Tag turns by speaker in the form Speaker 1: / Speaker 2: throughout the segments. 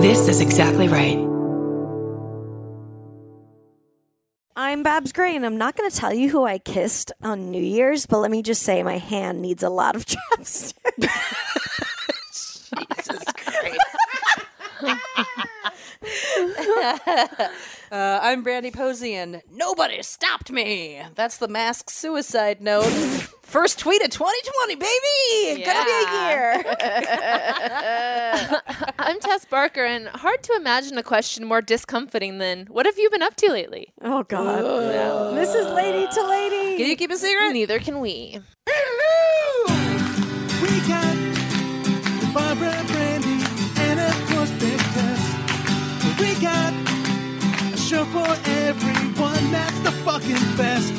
Speaker 1: This is exactly right.
Speaker 2: I'm Babs Gray, and I'm not going to tell you who I kissed on New Year's, but let me just say my hand needs a lot of chapstick.
Speaker 3: Uh, I'm Brandy Posey, and nobody stopped me. That's the mask suicide note. First tweet of 2020, baby. Gonna be a year.
Speaker 4: I'm Tess Barker, and hard to imagine a question more discomforting than "What have you been up to lately?"
Speaker 2: Oh, God. This is lady to lady.
Speaker 3: Can you keep a secret?
Speaker 4: Neither can we.
Speaker 5: We got Barbara Brandy and of course Big Tess. We got a show for everyone that's the fucking best.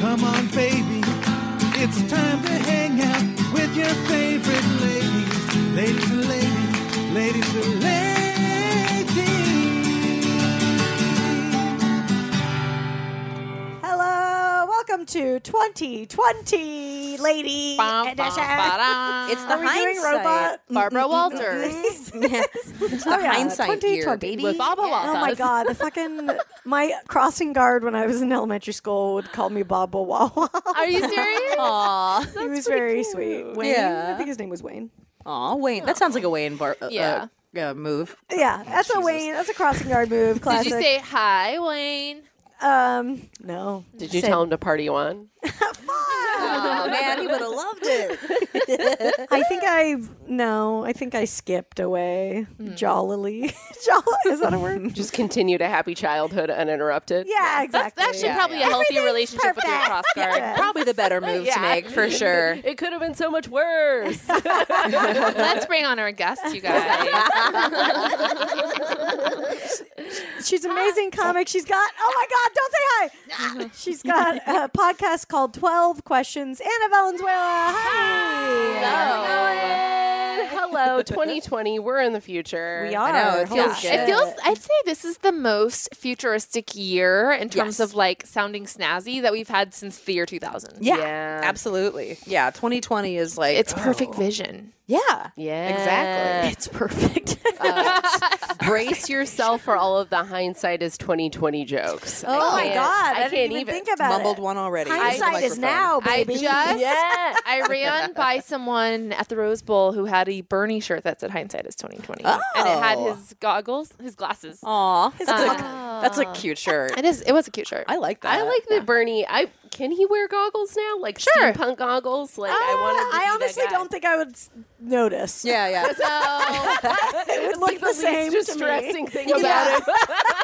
Speaker 5: Come on, baby. It's time to hang out with your favorite ladies. Ladies and ladies, ladies and ladies.
Speaker 2: Hello. Welcome to 2020 Lady Edition.
Speaker 3: It's the
Speaker 2: Are we doing
Speaker 3: hindsight.
Speaker 2: robot?
Speaker 4: Barbara Walters
Speaker 3: It's the hindsight year,
Speaker 2: 2020.
Speaker 3: baby.
Speaker 4: with Baba Walters.
Speaker 2: Uh, Oh my god, the fucking my crossing guard when I was in elementary school would call me Baba Wawa.
Speaker 4: Are you
Speaker 3: Oh,
Speaker 4: serious?
Speaker 3: Aw,
Speaker 2: he was very sweet. Wayne,
Speaker 3: Yeah.
Speaker 2: I think his name was Wayne.
Speaker 3: aw, Wayne. That sounds like a Wayne bar. Uh,
Speaker 4: Yeah.
Speaker 3: uh, uh, move.
Speaker 2: Yeah, that's a Wayne. That's a crossing guard move.
Speaker 4: Did
Speaker 2: Classic.
Speaker 4: you say hi, Wayne?
Speaker 2: um, no.
Speaker 6: Did you tell him to party on?
Speaker 3: Oh man, he would have loved it.
Speaker 2: I think I no. I think I skipped away
Speaker 4: Hmm.
Speaker 2: jollily. Jolly is that a word?
Speaker 6: Just continued a happy childhood uninterrupted.
Speaker 2: yeah,
Speaker 4: That's,
Speaker 2: exactly.
Speaker 4: that should
Speaker 2: yeah.
Speaker 4: probably a healthy relationship with your cross guard.
Speaker 3: Probably the better move to make for sure.
Speaker 6: It could have been so much worse.
Speaker 4: Let's bring on our guest, you guys.
Speaker 2: She's an amazing comic. She's got oh my god, don't say hi. She's got a podcast called Twelve Questions. Anna Valenzuela. Hi.
Speaker 6: Hello, 2020. We're in the future.
Speaker 2: We are.
Speaker 3: know, it
Speaker 2: Holy
Speaker 3: feels
Speaker 2: shit.
Speaker 3: good.
Speaker 4: It feels. I'd say this is the most futuristic year in terms
Speaker 3: Yes.
Speaker 4: of like sounding snazzy that we've had since the year 2000.
Speaker 3: Yeah,
Speaker 6: Yeah.
Speaker 3: absolutely. Yeah, 2020 is like
Speaker 4: It's perfect
Speaker 3: Oh.
Speaker 4: vision.
Speaker 3: Yeah,
Speaker 6: Yeah.
Speaker 3: exactly. Uh,
Speaker 2: It's perfect.
Speaker 6: Brace yourself for all of the hindsight is 2020 jokes.
Speaker 2: oh my
Speaker 6: can't-
Speaker 2: god, I,
Speaker 6: I
Speaker 2: didn't
Speaker 6: can't
Speaker 2: even,
Speaker 6: even
Speaker 2: think about
Speaker 3: Mumbled
Speaker 2: it.
Speaker 3: one already.
Speaker 2: Hindsight is
Speaker 3: Microphone.
Speaker 2: now, baby.
Speaker 4: I just I ran by someone at the Rose Bowl who had a Bernie shirt that said hindsight is 2020. And it had
Speaker 3: Oh.
Speaker 4: his goggles, his glasses.
Speaker 3: Aw, that's a, that's a cute shirt.
Speaker 4: It is it was a cute shirt.
Speaker 3: I like that.
Speaker 6: I like that Bernie. I can he wear goggles now? Like
Speaker 4: Sure.
Speaker 6: steampunk goggles. Like Ah, I
Speaker 2: I,
Speaker 6: wanted. To be
Speaker 2: I honestly
Speaker 6: that guy.
Speaker 2: don't think I would s- notice.
Speaker 3: Yeah, yeah.
Speaker 4: so
Speaker 2: it would look the,
Speaker 6: It's
Speaker 2: same
Speaker 6: just
Speaker 2: to me.
Speaker 6: distressing thing about it.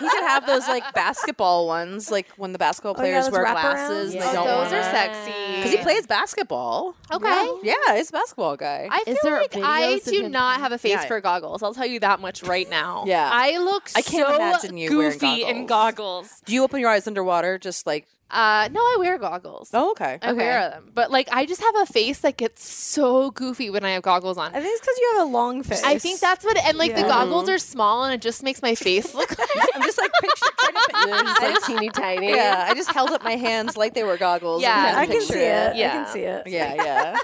Speaker 3: He could have those like basketball ones, like when the basketball
Speaker 2: yeah,
Speaker 3: players
Speaker 2: those
Speaker 3: wear
Speaker 2: wraparounds.
Speaker 3: glasses. And
Speaker 2: Oh,
Speaker 3: they don't
Speaker 4: those are
Speaker 3: want
Speaker 4: sexy.
Speaker 3: because he plays basketball.
Speaker 4: Okay.
Speaker 3: Yeah, he's a basketball guy.
Speaker 4: I feel
Speaker 6: Is there
Speaker 4: like I
Speaker 6: videos of
Speaker 4: do
Speaker 6: him
Speaker 4: not have a face
Speaker 3: Yeah.
Speaker 4: for goggles. I'll tell you that much right now.
Speaker 3: Yeah.
Speaker 4: I look
Speaker 3: I can't
Speaker 4: so
Speaker 3: imagine you wearing
Speaker 4: goofy in goggles.
Speaker 3: Do you open your eyes underwater? Just like
Speaker 4: Uh, no, I wear goggles.
Speaker 3: oh, okay.
Speaker 4: I wear them, but like I just have a face that gets so goofy when I have goggles on.
Speaker 2: I think it's because you have a long face.
Speaker 4: I think that's what, and like
Speaker 2: Yeah.
Speaker 4: the goggles are small, and it just makes my face look. like...
Speaker 3: I'm just like picture. Trying to
Speaker 6: They're just like teeny tiny.
Speaker 3: yeah, I just held up my hands like they were goggles.
Speaker 4: Yeah,
Speaker 3: and
Speaker 2: I
Speaker 3: tried to
Speaker 2: can see
Speaker 3: picture
Speaker 2: it. I
Speaker 4: Yeah.
Speaker 2: can see it.
Speaker 3: Yeah, yeah,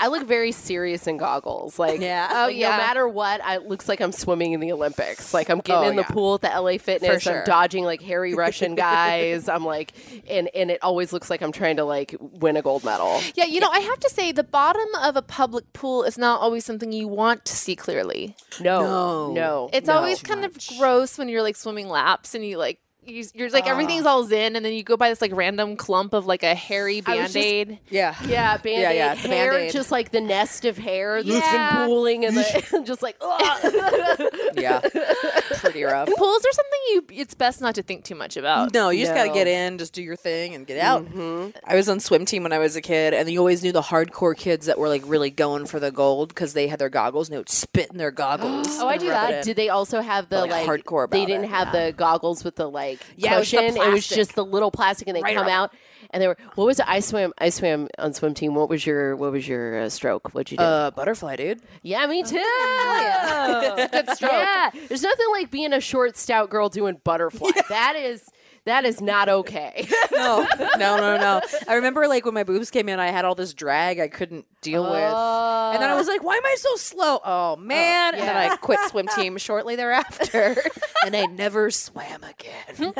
Speaker 6: I look very serious in goggles. Like,
Speaker 3: Yeah.
Speaker 6: oh
Speaker 4: Oh,
Speaker 6: no
Speaker 4: yeah.
Speaker 6: matter what, I, it looks like I'm swimming in the Olympics. Like I'm getting
Speaker 3: Oh,
Speaker 6: in the
Speaker 3: yeah.
Speaker 6: pool at the LA Fitness.
Speaker 3: sure.
Speaker 6: I'm dodging like hairy Russian guys. I'm like, and and it always looks like I'm trying to like win a gold medal.
Speaker 4: Yeah, you know, I have to say, the bottom of a public pool is not always something you want to see clearly.
Speaker 6: No, no,
Speaker 4: It's
Speaker 6: no.
Speaker 4: always kind of gross when you're like swimming laps and you like. you- You're like everything's all in, and then you go by this like random clump of like a hairy
Speaker 6: I was
Speaker 4: band
Speaker 6: just-
Speaker 4: aid.
Speaker 3: yeah.
Speaker 6: Yeah, band-aid
Speaker 3: Yeah, yeah, the
Speaker 6: hair,
Speaker 3: Band-Aid.
Speaker 6: just like the nest of hair that's
Speaker 4: Yeah.
Speaker 6: been pooling, and the, just like, ugh.
Speaker 3: yeah. Pretty rough.
Speaker 4: Pools are something you it's best not to think too much about.
Speaker 3: No, you just gotta
Speaker 6: No.
Speaker 3: get in, just do your thing, and get out. I was on swim team when I was a kid, and you always knew the hardcore kids that were like really going for the gold because they had their goggles and they would spit in their goggles.
Speaker 6: oh, I do
Speaker 3: and rub it
Speaker 6: that.
Speaker 3: in.
Speaker 6: Did they also have the
Speaker 3: Like,
Speaker 6: like,
Speaker 3: hardcore about
Speaker 6: They didn't
Speaker 3: it.
Speaker 6: have the goggles with the like
Speaker 3: Yeah, it was the
Speaker 6: cushion. It was,
Speaker 3: plastic.
Speaker 6: just the little plastic, and they
Speaker 3: Right
Speaker 6: come
Speaker 3: around.
Speaker 6: out. And they were what was it? I swam. I swam on swim team. What was your what was your uh, stroke? What'd you do?
Speaker 3: Uh, oh, butterfly, dude.
Speaker 6: yeah, me too. Good stroke. Yeah, there's nothing like being a short, stout girl doing butterfly. That is. That is not okay.
Speaker 3: No, no, no, no. I remember like when my boobs came in, I had all this drag I couldn't deal with, and then I
Speaker 6: Oh.
Speaker 3: was like, "Why am I so slow?" Oh man! And then I quit swim team shortly thereafter, and I never swam again.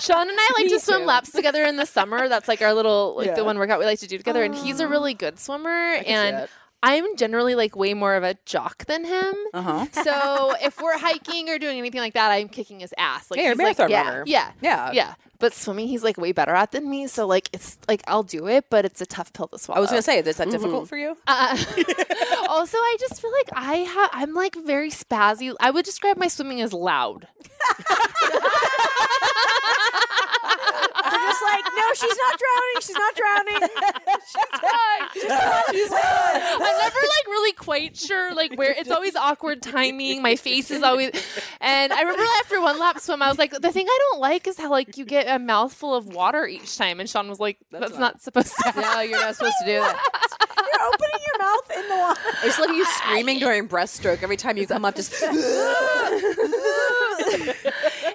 Speaker 4: Sean and I like to swim laps together in the summer. That's like our little like the one workout we like to do together. And he's a really good swimmer, and
Speaker 3: that.
Speaker 4: I'm generally like way more of a jock than him.
Speaker 3: Uh-huh.
Speaker 4: So if we're hiking or doing anything like that, I'm kicking his ass. Like
Speaker 3: Yeah, you're a
Speaker 4: he's, like,
Speaker 3: marathon
Speaker 4: yeah,
Speaker 3: runner.
Speaker 4: Yeah,
Speaker 3: Yeah.
Speaker 4: yeah. But swimming, he's like way better at than me. So like it's like I'll do it, but it's a tough pill to swallow.
Speaker 3: I was gonna say, is that
Speaker 6: Mm-hmm.
Speaker 3: difficult for you?
Speaker 4: Uh, also, I just feel like I have. I'm like very spazzy. I would describe my swimming as loud.
Speaker 2: They're just like, no, she's not drowning. She's not drowning.
Speaker 4: I'm never like really quite sure like where it's always awkward timing. My face is always and I remember after one lap swim I was like the thing I don't like is how like you get a mouthful of water each time and Sean was like that's, not, supposed to happen.
Speaker 6: no, you're not supposed to do that.
Speaker 2: You're opening your mouth in the water.
Speaker 3: It's like you screaming during breaststroke every time you come up. Just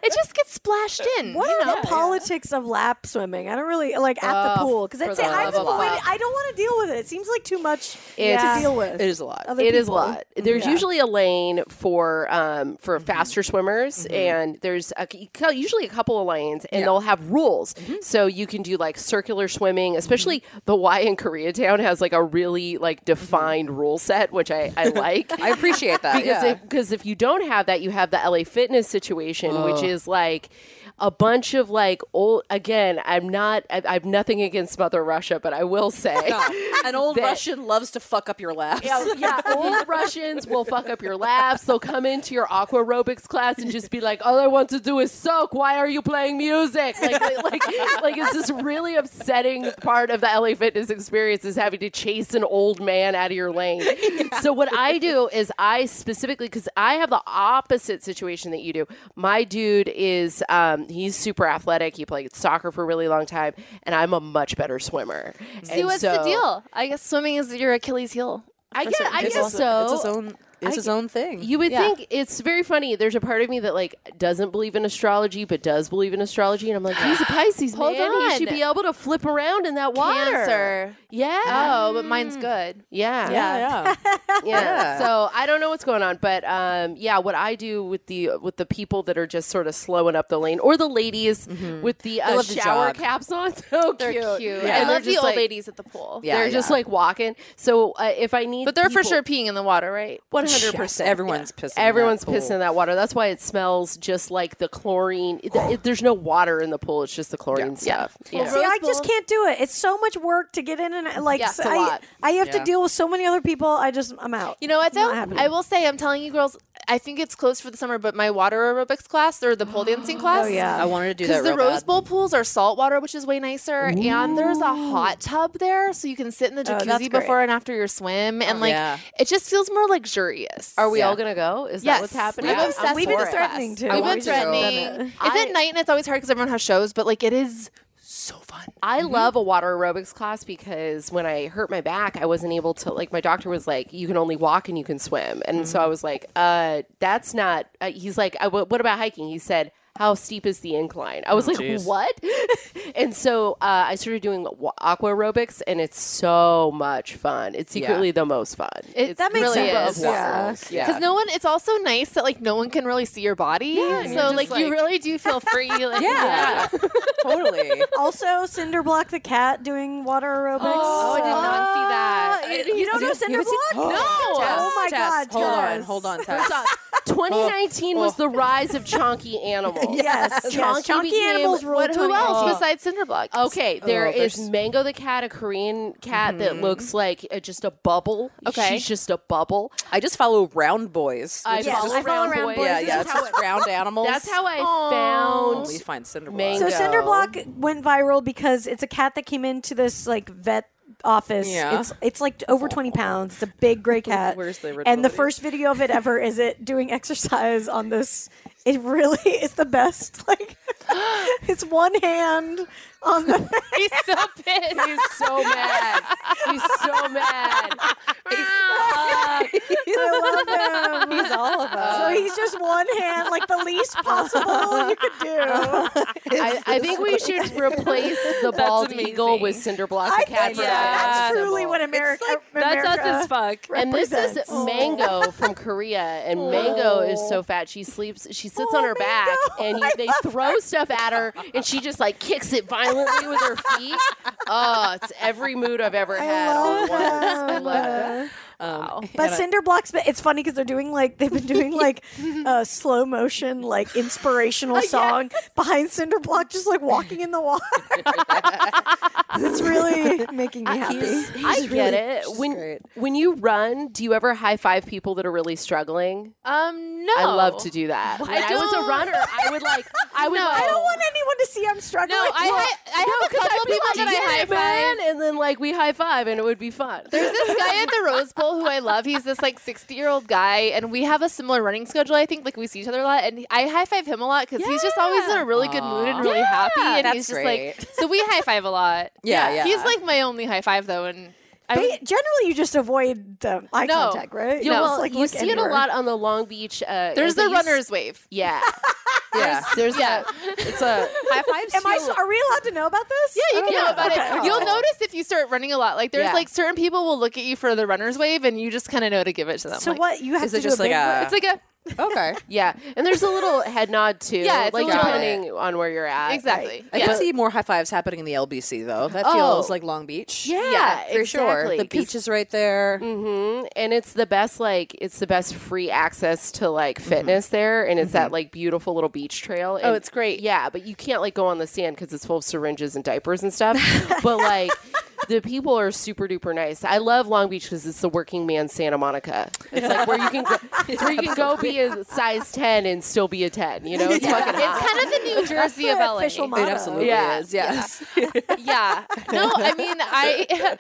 Speaker 4: It just gets splashed in.
Speaker 2: What
Speaker 4: you
Speaker 2: are
Speaker 4: know?
Speaker 2: the politics of lap swimming? I don't really like at the pool because
Speaker 6: for
Speaker 2: I'd say
Speaker 6: the
Speaker 2: I'm
Speaker 6: love of
Speaker 2: avoiding.
Speaker 6: love.
Speaker 2: I don't want to deal with it. It seems like too much
Speaker 6: It's-
Speaker 2: to deal with.
Speaker 3: it is a lot.
Speaker 2: Other
Speaker 6: It is a
Speaker 2: people.
Speaker 6: lot. There's usually a lane for um, for
Speaker 3: Mm-hmm.
Speaker 6: faster swimmers, and there's a, usually a couple of lanes, and they'll have rules.
Speaker 3: Mm-hmm.
Speaker 6: So you can do like circular swimming, especially the Y in Koreatown has like a really like defined rule set, which I, I like.
Speaker 3: Mm-hmm. I appreciate that.
Speaker 6: because
Speaker 3: yeah.
Speaker 6: if, because if you don't have that, you have the LA Fitness situation, which is like a bunch of like old. Again, I'm not. I, I've nothing against Mother Russia, but I will say.
Speaker 3: No, an old
Speaker 6: That-
Speaker 3: Russian loves to fuck up your laps.
Speaker 6: Yeah, Oh, yeah, old Russians will fuck up your laps. They'll come into your aqua aerobics class and just be like, "All I want to do is soak. Why are you playing music?" Like, like, like, like it's this really upsetting part of the LA fitness experience is having to chase an old man out of your lane. So what I do is I specifically because I have the opposite situation that you do. My dude is um, he's super athletic. He played soccer for a really long time, and I'm a much better swimmer.
Speaker 4: See what's the deal? I guess swimming is your Achilles heel.
Speaker 6: I guess, I
Speaker 3: It's
Speaker 6: guess
Speaker 3: also-
Speaker 6: so.
Speaker 3: It's his own. It's his own thing.
Speaker 6: You would
Speaker 4: Yeah.
Speaker 6: think it's very funny. There's a part of me that like doesn't believe in astrology, but does believe in astrology, and I'm like, he's a Pisces
Speaker 4: Hold
Speaker 6: man. He should
Speaker 4: on.
Speaker 6: be able to flip around in that water.
Speaker 4: Cancer.
Speaker 6: Yeah.
Speaker 4: Oh, but mine's good.
Speaker 6: Yeah.
Speaker 3: yeah,
Speaker 6: Yeah.
Speaker 3: Yeah.
Speaker 6: So I don't know what's going on, but um, yeah, what I do with the with the people that are just sort of slowing up the lane, or the ladies with the, uh,
Speaker 3: love to
Speaker 6: shower
Speaker 3: jog.
Speaker 6: caps on, so
Speaker 4: They're
Speaker 6: cute.
Speaker 4: cute.
Speaker 6: And
Speaker 4: I
Speaker 6: they're
Speaker 4: love the
Speaker 6: just,
Speaker 4: old
Speaker 6: like-
Speaker 4: ladies at the pool.
Speaker 3: Yeah.
Speaker 6: They're just like walking. So uh, if I need,
Speaker 4: But they're for
Speaker 6: people-
Speaker 4: sure peeing in the water, right?
Speaker 6: One hundred percent.
Speaker 3: Everyone's pissing in that
Speaker 6: Everyone's
Speaker 3: pool.
Speaker 6: pissing in that water. That's why it smells just like the chlorine. It- it- there's no water in the pool. It's just the chlorine
Speaker 4: Yeah.
Speaker 6: stuff.
Speaker 4: Well,
Speaker 6: Yeah.
Speaker 2: See,
Speaker 4: Rose
Speaker 2: I just
Speaker 4: Bowl.
Speaker 2: can't do it. It's so much work to get in and out. like
Speaker 4: Yeah,
Speaker 2: so
Speaker 4: it's a
Speaker 2: I,
Speaker 4: lot.
Speaker 2: I have
Speaker 3: Yeah.
Speaker 2: to deal with so many other people. I just I'm out.
Speaker 4: You know what though?
Speaker 2: Not happening.
Speaker 4: I will say I'm telling you girls, I think it's closed for the summer, but my water aerobics class or the pole dancing class.
Speaker 2: oh yeah.
Speaker 3: I wanted to do
Speaker 4: Because
Speaker 3: that.
Speaker 4: the
Speaker 3: real
Speaker 4: Rose
Speaker 3: bad.
Speaker 4: Bowl pools are saltwater, which is way nicer, and there's a hot tub there, so you can sit in the
Speaker 2: that's
Speaker 4: jacuzzi
Speaker 2: great.
Speaker 4: before and after your swim, and like
Speaker 3: Yeah.
Speaker 4: it just feels more luxurious.
Speaker 6: Are we
Speaker 3: Yeah.
Speaker 6: all gonna go? Is that
Speaker 4: Yes.
Speaker 6: what's happening?
Speaker 4: We've,
Speaker 6: I'm
Speaker 4: obsessed
Speaker 2: We've been
Speaker 4: for it.
Speaker 2: threatening to.
Speaker 4: We've
Speaker 3: I
Speaker 4: been
Speaker 3: want to go.
Speaker 4: threatening. It's
Speaker 6: I-
Speaker 4: at night, and it's always hard because everyone has shows, but like it is so fun.
Speaker 6: I love a water aerobics class because when I hurt my back, I wasn't able to. Like my doctor was like, "You can only walk and you can swim," and so I was like, "Uh, that's not." Uh, he's like, I, "What what about hiking?" He said. How steep is the incline? I was like, what? and so uh, I started doing wa- aqua aerobics, and it's so much fun. It's secretly the most fun. It's
Speaker 2: that makes
Speaker 4: really
Speaker 2: sense.
Speaker 4: is.
Speaker 2: Yeah.
Speaker 6: yeah.
Speaker 4: Because no one, it's also nice that like no one can really see your body. so like, you really do feel free. Like,
Speaker 3: Yeah, totally.
Speaker 2: Also, Cinderblock the cat doing water aerobics.
Speaker 4: Oh, I did not see that.
Speaker 2: You don't know Cinderblock? No. Oh my god.
Speaker 3: Hold on,
Speaker 2: yes.
Speaker 3: hold on.
Speaker 6: First
Speaker 3: Tess.
Speaker 6: off, 2019 was the rise of chonky animals.
Speaker 2: Oh. Yes, yes.
Speaker 6: Chonky
Speaker 2: Chunky
Speaker 6: became-
Speaker 2: animals rule.
Speaker 4: What? Who else
Speaker 2: 2019.
Speaker 4: besides Cinderblock?
Speaker 6: Okay, there
Speaker 3: Oh,
Speaker 6: is
Speaker 3: there's-
Speaker 6: Mango the cat, a Korean cat that looks like uh, just a bubble.
Speaker 4: Okay.
Speaker 6: she's just a bubble.
Speaker 3: I just follow round boys.
Speaker 6: I
Speaker 3: which is
Speaker 2: Yes,
Speaker 6: follow
Speaker 2: I follow
Speaker 6: around
Speaker 2: around
Speaker 6: boys.
Speaker 2: boys.
Speaker 3: yeah,
Speaker 2: This
Speaker 3: yeah. It's just round animals.
Speaker 6: That's how I
Speaker 3: we
Speaker 6: found.
Speaker 3: find Cinderblock.
Speaker 6: Mango.
Speaker 2: So Cinderblock went viral because it's a cat that came into this like vet office.
Speaker 3: Yeah.
Speaker 2: It's it's like over twenty pounds. It's a big gray cat.
Speaker 3: Where's the
Speaker 2: And the
Speaker 3: originality?
Speaker 2: first video of it ever is it doing exercise on this. It really is the best. Like it's one hand on the
Speaker 4: He's so pissed.
Speaker 6: He's so mad. He's so mad.
Speaker 2: I love him. He's all of us. So he's just one hand, like the least possible you could do.
Speaker 6: I, I think we should replace the bald eagle
Speaker 4: amazing.
Speaker 6: with Cinderblock
Speaker 2: I
Speaker 6: the cat.
Speaker 2: think so.
Speaker 6: for
Speaker 4: yeah,
Speaker 6: that
Speaker 2: That's
Speaker 6: symbol.
Speaker 2: truly what America.
Speaker 4: That's us as
Speaker 2: America-
Speaker 4: fuck.
Speaker 6: And this is
Speaker 2: represents.
Speaker 6: Mango from Korea, and Mango is so fat she sleeps. She sits on
Speaker 2: Oh,
Speaker 6: her back,
Speaker 2: Mango.
Speaker 6: and you,
Speaker 2: I
Speaker 6: they
Speaker 2: love
Speaker 6: throw stuff at her, and she just like kicks it violently with her feet. Oh, it's every mood I've ever had. all
Speaker 2: love
Speaker 6: at once. I
Speaker 2: that.
Speaker 6: love that.
Speaker 3: wow.
Speaker 2: But cinder blocks. But it's funny because they're doing like they've been doing like uh, slow motion, like inspirational song behind cinder block, just like walking in the water. it's really making me happy.
Speaker 3: He's-
Speaker 6: I
Speaker 3: he's
Speaker 6: get
Speaker 3: really-
Speaker 6: it.
Speaker 3: she's
Speaker 6: When
Speaker 3: great.
Speaker 6: when you run, do you ever high five people that are really struggling?
Speaker 4: Um, no.
Speaker 6: I love to do that. When I, was a
Speaker 4: don't-
Speaker 6: runner, I would like. I would.
Speaker 4: No.
Speaker 6: like-
Speaker 4: I
Speaker 2: I don't want anyone to see I'm struggling.
Speaker 4: No, I, hi- I have a couple of
Speaker 6: be
Speaker 4: people
Speaker 6: like,
Speaker 4: that I
Speaker 6: "Yeah,
Speaker 4: high five.
Speaker 6: man," and then like we high five, and it would be fun.
Speaker 4: There's this guy at the Rose Bowl who I love. He's this like 60 year old guy, and we have a similar running schedule. I think like we see each other a lot, and I high five him a lot because he's just always in a really good mood and really happy, and
Speaker 3: That's
Speaker 4: he's just like
Speaker 3: great.
Speaker 4: so we high five a lot.
Speaker 3: Yeah, yeah.
Speaker 4: He's like my only high five though, and I
Speaker 2: Ba-
Speaker 4: would-
Speaker 2: generally, you just avoid the eye
Speaker 4: No.
Speaker 2: contact, right?
Speaker 4: Yeah,
Speaker 2: just,
Speaker 6: well,
Speaker 2: like,
Speaker 6: you
Speaker 2: look
Speaker 6: see it
Speaker 2: anywhere.
Speaker 6: a lot on the Long Beach. Uh,
Speaker 4: there's
Speaker 6: they
Speaker 4: the
Speaker 6: used-
Speaker 4: runner's wave.
Speaker 6: Yeah,
Speaker 3: yeah.
Speaker 6: there's
Speaker 4: Yeah.
Speaker 6: a. It's a.
Speaker 3: High fives.
Speaker 2: Am I?
Speaker 3: too.
Speaker 2: so- Are we allowed to know about this?
Speaker 4: Yeah, you
Speaker 2: I
Speaker 4: can
Speaker 2: don't
Speaker 4: know about
Speaker 2: Oh, Okay.
Speaker 4: it. You'll notice if you start running a lot. Like there's
Speaker 6: Yeah.
Speaker 4: like certain people will look at you for the runner's wave, and you just kind of know to give it to them.
Speaker 2: So
Speaker 4: like,
Speaker 2: what? You have
Speaker 3: Is
Speaker 2: to
Speaker 3: it just
Speaker 2: do
Speaker 3: like
Speaker 2: big
Speaker 3: a-
Speaker 2: run?
Speaker 4: It's like a
Speaker 3: Okay.
Speaker 6: Yeah, and there's a little head nod too.
Speaker 4: Yeah, it's a
Speaker 6: like
Speaker 4: little-
Speaker 6: depending on where you're at.
Speaker 4: exactly.
Speaker 3: I
Speaker 4: Yeah.
Speaker 3: can see more high fives happening in the LBC though. That
Speaker 6: Oh.
Speaker 3: feels like Long Beach.
Speaker 6: Yeah,
Speaker 3: for sure.
Speaker 6: exactly.
Speaker 3: The beach is right there.
Speaker 6: hmm And it's the best, like it's the best free access to like fitness there, and it's that like beautiful little beach trail. And,
Speaker 4: Mm-hmm. Oh, it's great.
Speaker 6: Yeah, but you can't like go on the sand because it's full of syringes and diapers and stuff. but like. The people are super duper nice. I love Long Beach because it's the working man Santa Monica. It's like where you can go, it's where you can go be a size ten and still be a ten. You know, it's fucking hot.
Speaker 4: it's kind of the New Jersey of
Speaker 2: the
Speaker 4: LA.
Speaker 2: official
Speaker 3: It
Speaker 2: motto.
Speaker 3: absolutely
Speaker 6: Yeah.
Speaker 3: is. Yes.
Speaker 4: yeah. No, I mean, I,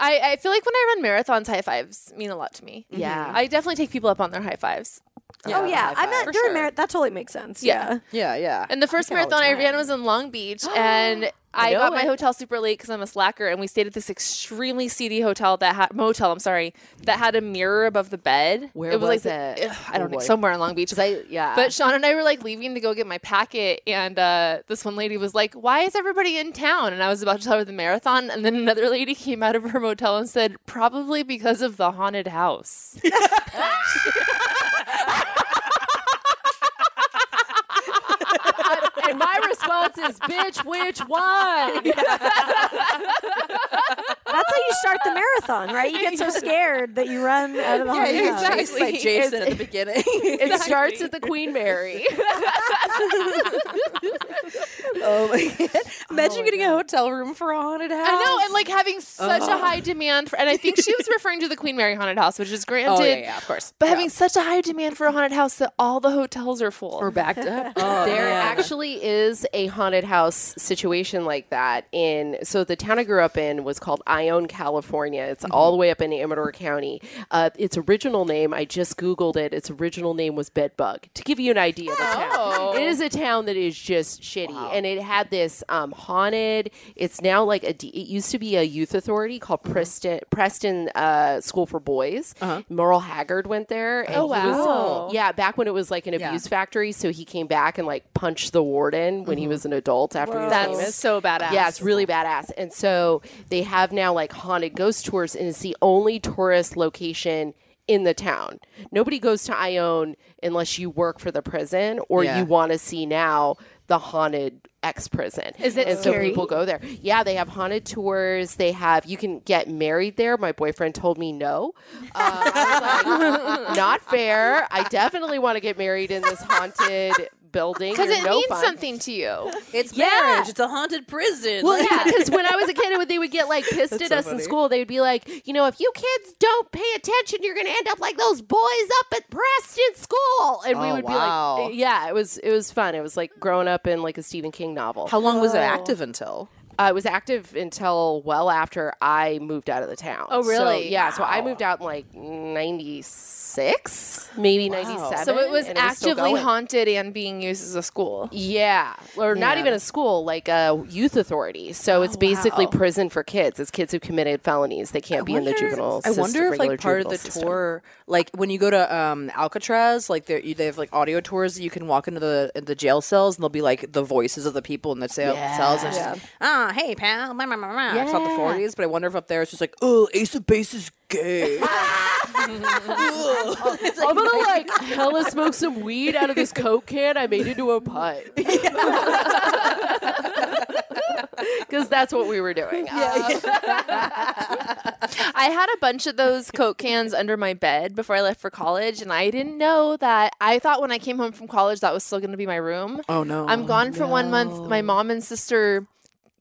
Speaker 4: I, I feel like when I run marathons, high fives mean a lot to me.
Speaker 6: Mm-hmm. Yeah.
Speaker 4: I definitely take people up on their high fives.
Speaker 2: Oh yeah,
Speaker 3: high
Speaker 2: I'm
Speaker 3: five.
Speaker 2: not
Speaker 3: For
Speaker 2: during
Speaker 3: sure.
Speaker 2: mar- That totally makes sense.
Speaker 4: Yeah.
Speaker 2: Yeah.
Speaker 3: Yeah, yeah.
Speaker 4: And the first
Speaker 3: Okay, all the
Speaker 4: marathon I
Speaker 3: time.
Speaker 4: ran was in Long Beach, and I,
Speaker 6: know
Speaker 4: got my
Speaker 6: it.
Speaker 4: hotel super late because I'm a slacker, and we stayed at this extremely seedy hotel that had motel. I'm sorry, that had a mirror above the bed.
Speaker 6: Where was
Speaker 4: like the-
Speaker 6: it?
Speaker 4: ugh, I don't
Speaker 6: Oh,
Speaker 4: know,
Speaker 6: boy.
Speaker 4: somewhere in Long Beach.
Speaker 6: 'Cause I, yeah,
Speaker 4: But Sean and I were like leaving to go get my packet, and uh, this one lady was like, "Why is everybody in town?" And I was about to tell her the marathon, and then another lady came out of her motel and said, "Probably because of the haunted house."
Speaker 6: and my response is, "Bitch, which one?"
Speaker 2: That's how you start the marathon, right? You get so scared that you run out of the
Speaker 3: yeah,
Speaker 2: haunted
Speaker 3: you
Speaker 2: house.
Speaker 3: were chased by
Speaker 4: Exactly.
Speaker 3: Jason at the beginning.
Speaker 6: It starts at the Queen Mary.
Speaker 3: oh my god! Imagine getting a hotel room for a haunted house.
Speaker 4: I know, and like having such a high demand for, and I think she was referring to the Queen Mary haunted house, which is granted.
Speaker 3: Oh yeah, yeah, of course.
Speaker 4: But having such a high demand for a haunted house that all the hotels are full.
Speaker 3: we're backed up. Oh,
Speaker 6: there actually is a haunted house situation like that in so the town i grew up in was called ione california it's all the way up in amador county uh, its original name i just googled it its original name was bedbug to give you an idea of the town it is a town that is just shitty and it had this um, haunted it's now like a D- it used to be a youth authority called preston preston uh, school for boys merle haggard went there and oh
Speaker 4: wow.
Speaker 6: yeah back when it was like an
Speaker 3: Yeah.
Speaker 6: abuse factory. So he came back and like punched the warden when he was an adult after he was
Speaker 4: That's
Speaker 6: famous.
Speaker 4: so badass.
Speaker 6: Yeah, it's really badass. And so they have now like haunted ghost tours, and it's the only tourist location in the town. Nobody goes to Ione unless you work for the prison or
Speaker 3: Yeah.
Speaker 6: you want to see now the haunted ex prison.
Speaker 4: Is it
Speaker 6: and
Speaker 4: scary?
Speaker 6: so people go there. Yeah, they have haunted tours. They have you can get married there. My boyfriend told me no. Uh, I was like, not fair. I definitely want to get married in this haunted building.
Speaker 4: because
Speaker 6: You're
Speaker 4: it
Speaker 6: no
Speaker 4: means
Speaker 6: fun.
Speaker 4: something to you.
Speaker 3: It's marriage. It's a haunted prison.
Speaker 6: Well, yeah, because when I was a kid, they would get like pissed at
Speaker 3: so
Speaker 6: us in
Speaker 3: funny.
Speaker 6: school. They would be like, you know, if you kids don't pay attention, you're going to end up like those boys up at Preston School, and we
Speaker 3: Oh,
Speaker 6: would be eh,
Speaker 3: wow.
Speaker 6: like, yeah, it was it was fun. It was like growing up in like a Stephen King novel.
Speaker 3: How long was it active until?
Speaker 6: uh, it was active until well after I moved out of the town.
Speaker 4: Oh,
Speaker 6: So,
Speaker 4: really?
Speaker 6: yeah. So I moved out in like '96, maybe '97.
Speaker 4: So it was
Speaker 6: and still
Speaker 4: actively
Speaker 6: going.
Speaker 4: haunted and being used as a school.
Speaker 6: Yeah, or not
Speaker 3: Yeah. Oh,
Speaker 6: even a school, like a youth authority. So it's basically prison for kids. It's kids who committed felonies. They can't be in the juvenile.
Speaker 3: I
Speaker 6: sys-
Speaker 3: wonder if
Speaker 6: regular
Speaker 3: like part of the
Speaker 6: juvenile system.
Speaker 3: tour, like when you go to um, Alcatraz, like there- you- they have like audio tours that you can walk into the in the jail cells and they'll be like the voices of the people in the cell, cells and it's just ah hey pal, blah, blah, blah, blah." it's not the forties, but I wonder if up there it's just like oh Ace of Base is gay.
Speaker 6: I'm gonna like hella smoke some weed out of this coke can I made into a pipe. Because that's what we were doing.
Speaker 4: I had a bunch of those Coke cans under my bed before I left for college, and I didn't know that. I thought when I came home from college, that was still going to be my room.
Speaker 3: oh no,
Speaker 4: I'm gone for one month. My mom and sister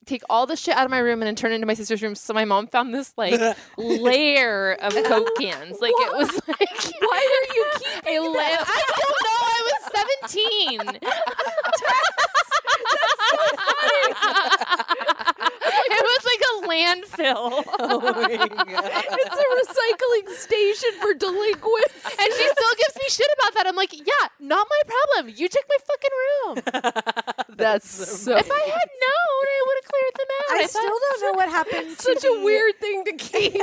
Speaker 4: take all the shit out of my room and then turn it into my sister's room. So my mom found this like layer of Coke cans. Like it was like why are you keeping a layer? I don't know. I was 17. it was like a landfill.
Speaker 3: Oh
Speaker 6: it's a recycling station for delinquents.
Speaker 4: And she still gives me shit about that. I'm like, yeah, not my problem. You took my fucking room.
Speaker 6: That's so
Speaker 4: If I had known, I would have cleared them out.
Speaker 2: I still don't know what happened. to
Speaker 6: such
Speaker 2: the-
Speaker 6: a weird thing to keep.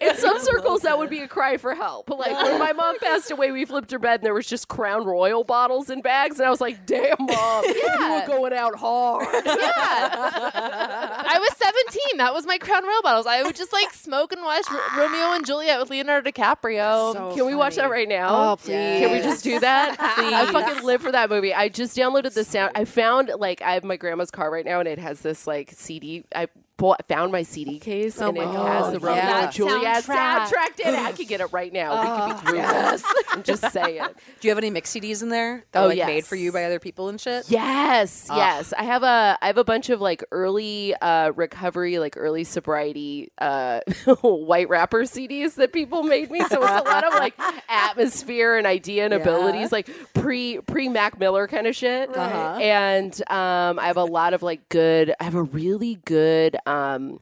Speaker 6: In some circles, that would be a cry for help. Like when my mom passed away, we flipped her bed and there was just Crown Royal bottles and bags, and I was like, "Damn, mom, you were going out hard."
Speaker 4: I was 17. That was my Crown Royal bottles. I would just like smoke and watch Ro- Romeo and Juliet with Leonardo DiCaprio.
Speaker 3: So
Speaker 6: Can we watch that
Speaker 3: funny.
Speaker 6: right now?
Speaker 3: Oh, please.
Speaker 6: Can we just do that? I fucking live for that movie. I just downloaded the sound. I found like I have my grandma's car right now, and it has this like CD. I bought, found my CD case, and it has the
Speaker 3: Oh God,
Speaker 6: Romeo
Speaker 3: yeah.
Speaker 6: and Juliet
Speaker 4: Soundtrack.
Speaker 6: soundtrack. in it. I could get it right now. We could be through this. I'm just saying.
Speaker 3: Do you have any mix CDs in there that
Speaker 6: Oh,
Speaker 3: were like made
Speaker 6: yes.
Speaker 3: for you by other people and shit?
Speaker 6: Yes,
Speaker 3: Ah.
Speaker 6: yes. I have a I have a bunch of like early uh, recovery, like early sobriety uh, white rapper CDs that people made me. So it's a lot of like atmosphere and idea and abilities, like pre pre Mac Miller kind of shit.
Speaker 3: Uh-huh.
Speaker 6: And um, I have a lot of like good. I have a really good. Um,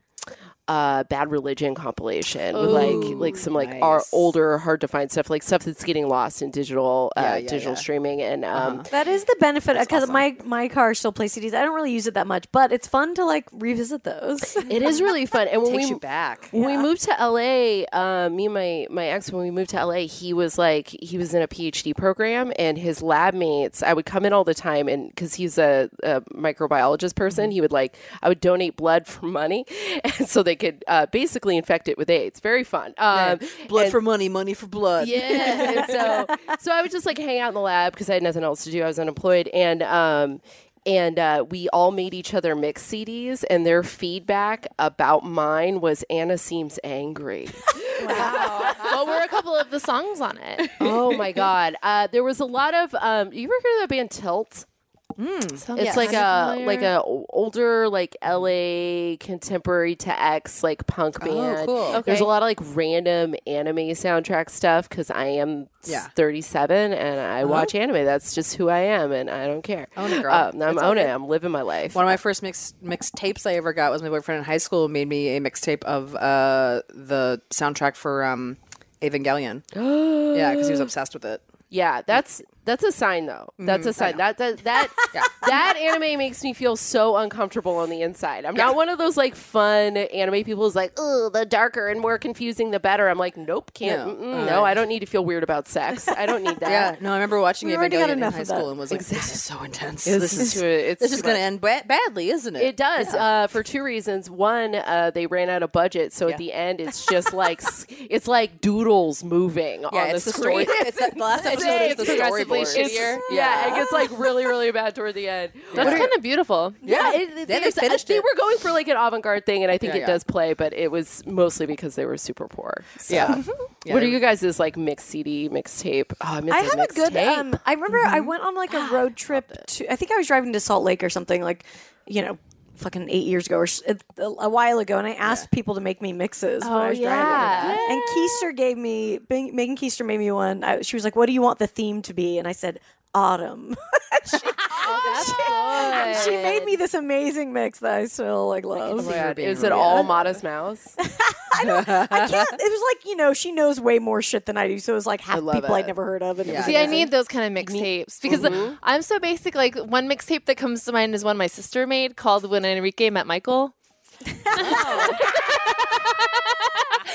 Speaker 6: uh, bad religion compilation with like like some like our
Speaker 3: nice.
Speaker 6: older hard to find stuff like stuff that's getting lost in digital uh,
Speaker 3: Yeah, yeah,
Speaker 6: digital
Speaker 3: yeah. Uh-huh.
Speaker 6: streaming and um,
Speaker 2: That is the benefit because my my car still plays CDs. I don't really use it that much, but it's fun to like revisit those.
Speaker 6: It is really fun, and when
Speaker 3: Takes
Speaker 6: we,
Speaker 3: you back.
Speaker 6: When we moved to LA, uh, me and my my ex, when we moved to LA, he was like he was in a PhD program, and his lab mates. I would come in all the time, and because he's a, a microbiologist
Speaker 3: Mm-hmm.
Speaker 6: person, he would like I would donate blood for money, and so they could uh, basically infect it with AIDS. Very fun. Um,
Speaker 3: Blood
Speaker 6: and-
Speaker 3: for money, money for blood.
Speaker 6: yeah. And so so I would just like hang out in the lab because I had nothing else to do. I was unemployed and um and uh, we all made each other mix CDs, and their feedback about mine was Anna seems angry.
Speaker 4: What were a couple of the songs on it?
Speaker 6: oh my god! Uh, there was a lot of um, you ever heard of the band Tilt? It's like a like a o- older like LA contemporary to X like punk band.
Speaker 3: Oh, cool.
Speaker 6: There's
Speaker 4: Okay.
Speaker 6: a lot of like random anime soundtrack stuff because I am s-
Speaker 3: Yeah. Uh-huh.
Speaker 6: 37 and I watch anime. That's just who I am, and I don't care.
Speaker 3: Own it, girl.
Speaker 6: Um, I'm own it. I'm living my life.
Speaker 3: One of my first mix mixed tapes I ever got was my boyfriend in high school made me a mixtape of uh, the soundtrack for um, Evangelion. yeah, because he was obsessed with it.
Speaker 6: Yeah, that's that's a sign though. That's
Speaker 3: Mm-hmm.
Speaker 6: a sign. That that that, that anime makes me feel so uncomfortable on the inside. I'm not one of those like fun anime people who's like, oh, the darker and more confusing the better. I'm like, nope, can't.
Speaker 3: No.
Speaker 6: No, no I don't need to feel weird about sex. I don't need that.
Speaker 3: Yeah, no, I remember watching
Speaker 2: already got
Speaker 3: Evangelion in
Speaker 2: enough
Speaker 3: high
Speaker 2: of that.
Speaker 3: school and was like, "This is so intense.
Speaker 6: This, is, too, it's
Speaker 3: this
Speaker 6: too
Speaker 3: is going
Speaker 6: much.
Speaker 3: to end ba- badly, isn't it?"
Speaker 6: It does uh, for two reasons. One, uh, they ran out of budget, so
Speaker 3: Yeah.
Speaker 6: at the end, it's just like s- it's like doodles moving
Speaker 3: Yeah,
Speaker 6: on
Speaker 3: it's
Speaker 6: the
Speaker 3: the
Speaker 6: screen.
Speaker 3: story. It's that the last episode
Speaker 6: insane.
Speaker 3: is the
Speaker 6: It's
Speaker 3: storyboard.
Speaker 4: progressively shitty.
Speaker 6: It's-
Speaker 4: shittier.
Speaker 6: yeah, it gets like really, really bad toward the end.
Speaker 4: That's kind of beautiful.
Speaker 3: Yeah,
Speaker 6: it-
Speaker 3: then
Speaker 6: it-
Speaker 3: they
Speaker 6: there's-
Speaker 3: finished
Speaker 6: They
Speaker 3: it.
Speaker 6: were going for like an avant-garde thing, and I think
Speaker 3: Yeah,
Speaker 6: it
Speaker 3: yeah.
Speaker 6: does play, but it was mostly because they were super poor. So.
Speaker 3: Yeah. Yeah,
Speaker 6: What are
Speaker 3: they-
Speaker 6: you guys' like mixed CD, mixtape? Oh, I miss
Speaker 2: I
Speaker 6: a
Speaker 2: have a good.
Speaker 6: mixtape.
Speaker 2: Um, I remember I went on like a road trip to. I think I was driving to Salt Lake or something like, you know, fucking eight years ago or s- a, a while ago, and I asked people to make me mixes when I was
Speaker 4: yeah.
Speaker 2: driving. And Keister gave me Bing- Megan Keister made me one. I, she was like, "What do you want the theme to be?" And I said, autumn.
Speaker 4: That's
Speaker 2: she made me this amazing mix that I still like love.
Speaker 3: see her being
Speaker 6: Is
Speaker 3: really
Speaker 6: it all
Speaker 3: good.
Speaker 6: Modest Mouse?
Speaker 2: I can't. It was like you know she knows way more shit than I do, so it was like half
Speaker 6: love
Speaker 2: people
Speaker 6: it.
Speaker 2: I'd never heard of. And it
Speaker 3: Yeah.
Speaker 2: was
Speaker 4: See, I
Speaker 2: amazing.
Speaker 4: need those kind of mixtapes because I'm so basic. Like one mixtape that comes to mind is one my sister made called "When Enrique Met Michael."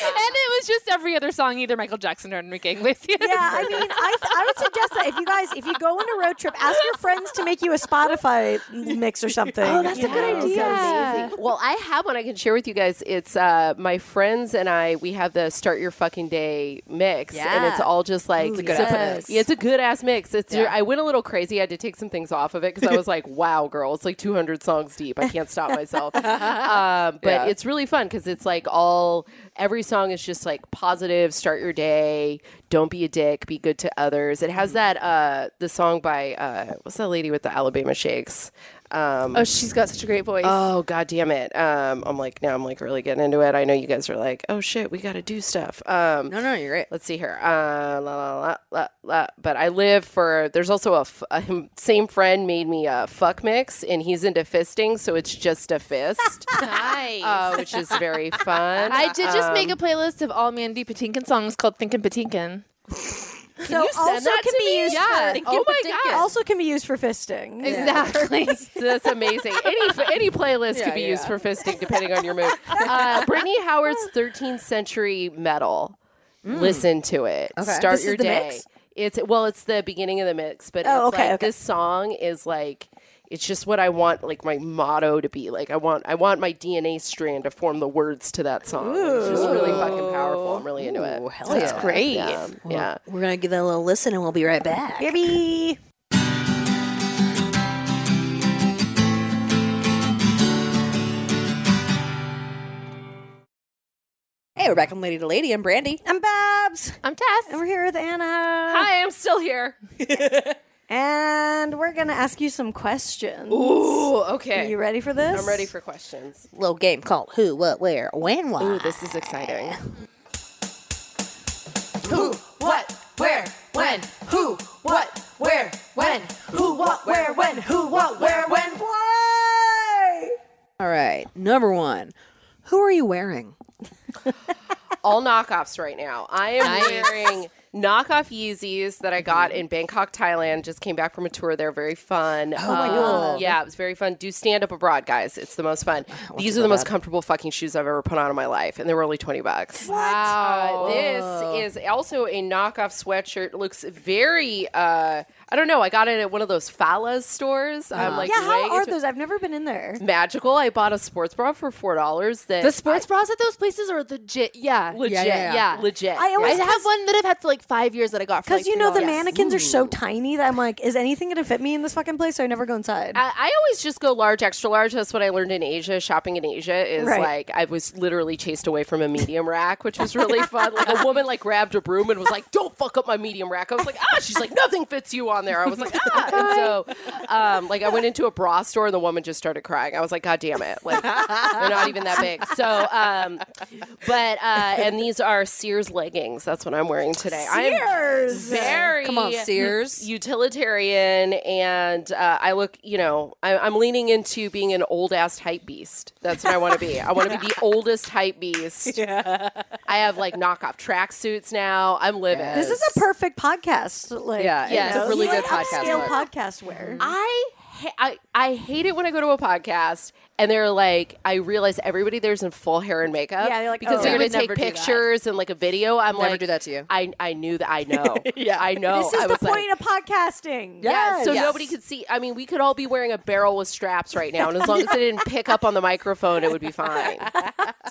Speaker 4: and it was just every other song, either Michael Jackson or Enrique Iglesias.
Speaker 2: Yeah, I mean, I, I would suggest that if you guys, if you go on a road trip, ask your friends to make you a Spotify mix or something.
Speaker 6: Oh, that's a good
Speaker 4: Yeah.
Speaker 6: idea.
Speaker 4: Yeah.
Speaker 6: Well, I have one I can share with you guys. It's uh, my friends and I. We have the Start Your Fucking Day mix, and
Speaker 3: Yeah.
Speaker 6: it's all just like
Speaker 2: Ooh,
Speaker 6: so-
Speaker 2: yes.
Speaker 6: yeah, it's a good ass mix. It's
Speaker 3: Yeah.
Speaker 6: I went a little crazy. I had to take some things off of it because I was like, wow, girl, it's like 200 songs deep. I can't stop myself. uh, but
Speaker 3: Yeah.
Speaker 6: it's really fun because it's like all every song is just like positive. Start your day. Don't be a dick. Be good to others. It has that uh, the song by uh, what's that lady with the Alabama Shakes. Um,
Speaker 4: Oh, she's got such a great voice.
Speaker 6: Oh god damn it! Um, I'm like now I'm like really getting into it. I know you guys are like, oh shit, we got to do stuff. Um,
Speaker 3: No, no, you're right.
Speaker 6: let's see here. Uh, la, la, la, la, la. But I live for. There's also a, f- a him- same friend made me a fuck mix, and he's into fisting, so it's just a fist,
Speaker 4: nice.
Speaker 6: uh, which is very fun.
Speaker 4: I did just make a playlist of all Mandy Patinkin songs called "Thinkin' Patinkin."
Speaker 2: so also
Speaker 6: that
Speaker 2: can
Speaker 6: to
Speaker 2: be
Speaker 6: me?
Speaker 2: used
Speaker 6: Yeah.
Speaker 2: for
Speaker 6: Oh my God.
Speaker 2: also can be used for fisting.
Speaker 4: Exactly.
Speaker 6: That's amazing. Any any playlist
Speaker 3: Yeah,
Speaker 6: could be
Speaker 3: yeah.
Speaker 6: used for fisting, depending on your mood. Uh, Brittany Howard's 13th century metal. Listen to it. Start
Speaker 2: This is
Speaker 6: your
Speaker 2: the
Speaker 6: day.
Speaker 2: mix?
Speaker 6: It's well, it's the beginning of the mix, but
Speaker 2: Oh,
Speaker 6: it's
Speaker 2: okay,
Speaker 6: like
Speaker 2: okay.
Speaker 6: this song is like it's just what I want, like my motto to be. Like I want, I want my DNA strand to form the words to that song. It's just really fucking powerful. I'm really into
Speaker 3: Ooh,
Speaker 6: it.
Speaker 3: hell That's yeah.
Speaker 4: great.
Speaker 6: Yeah, yeah.
Speaker 1: We're gonna give that a little listen, and we'll be right back.
Speaker 2: Baby.
Speaker 3: Hey, we're back on Lady to Lady. I'm Brandy.
Speaker 2: I'm Babs.
Speaker 4: I'm Tess.
Speaker 2: And we're here with Anna.
Speaker 4: Hi, I'm still here.
Speaker 2: And we're gonna ask you some questions.
Speaker 6: Ooh,
Speaker 2: Are
Speaker 6: okay.
Speaker 2: you ready for this?
Speaker 6: I'm ready for questions.
Speaker 1: Little game called Who, What, Where, When, Why.
Speaker 6: Ooh, this is exciting.
Speaker 4: What? Where? When? Who? What? Where? When? Who? What? Where? When? Who? What? Where? When?
Speaker 3: All right, number one. Who are you wearing?
Speaker 6: all knockoffs right now. I am wearing knockoff Yeezys that I got in Bangkok, Thailand. Just came back from a tour there. Very fun. Oh my god! Yeah, it was very fun. Do stand up abroad, guys. It's the most fun. These are the most comfortable fucking shoes I've ever put on in my life, and they were only twenty bucks. Wow! this is also a knockoff sweatshirt. It looks very. uh I don't know. I got it at one of those Fallas stores. I'm like,
Speaker 2: Yeah,
Speaker 6: way
Speaker 2: how are
Speaker 6: into-
Speaker 2: those? I've never been in there.
Speaker 6: Magical. I bought a sports bra for four dollars. That
Speaker 4: The sports bras at those places are legit. Yeah.
Speaker 6: legit,
Speaker 3: Yeah, yeah,
Speaker 4: yeah.
Speaker 6: legit.
Speaker 2: I
Speaker 4: I
Speaker 2: always
Speaker 4: have one that I've had for like five years that I got for
Speaker 2: because
Speaker 4: like
Speaker 2: you know the
Speaker 4: $3.
Speaker 2: mannequins are so tiny that I'm like, is anything gonna fit me in this fucking place? So I never go inside.
Speaker 6: I, I always just go large, extra large. That's what I learned in Asia. Shopping in Asia is
Speaker 2: Right.
Speaker 6: like I was literally chased away from a medium rack, which was really fun. Like a woman like grabbed a broom and was like, "Don't fuck up my medium rack." I was like, "Ah!" She's like, "Nothing fits you on there." I was like, "Ah!" And so, um, like I went into a bra store and the woman just started crying. I was like, "God damn it!" Like they're not even that big. So, um, but uh, and these are Sears leggings. That's what I'm wearing today. I am
Speaker 2: Cheers.
Speaker 6: very
Speaker 3: Come on, Sears.
Speaker 6: utilitarian and uh, i look you know I, i'm leaning into being an old ass hype beast that's what i want to be i want to be the oldest hype beast i have like knockoff tracksuits now i'm living
Speaker 2: This is a perfect podcast. Like,
Speaker 3: Yeah,
Speaker 2: you
Speaker 6: yeah, it's a
Speaker 2: know,
Speaker 6: really
Speaker 2: you
Speaker 6: good
Speaker 2: have
Speaker 3: podcast Mm-hmm.
Speaker 2: Upscale
Speaker 3: work.
Speaker 2: podcast wear.
Speaker 6: I, ha- I i hate it when i go to a podcast and they're like, I realize everybody there's in full hair and makeup.
Speaker 2: Yeah, you're like,
Speaker 6: because
Speaker 2: oh, we
Speaker 6: they're gonna
Speaker 3: would
Speaker 6: take
Speaker 3: never do that.
Speaker 6: pictures and like a video. I'm
Speaker 3: Never
Speaker 6: like,
Speaker 3: do that to you.
Speaker 6: I, I knew that. I know. yeah, I know.
Speaker 3: Oh,
Speaker 2: This is
Speaker 6: I
Speaker 2: the
Speaker 6: was like-
Speaker 2: point of podcasting.
Speaker 6: Yeah, so
Speaker 3: Yes.
Speaker 6: nobody could see. I mean, we could all be wearing a barrel with straps right now, and as long as it didn't pick up on the microphone, it would be fine.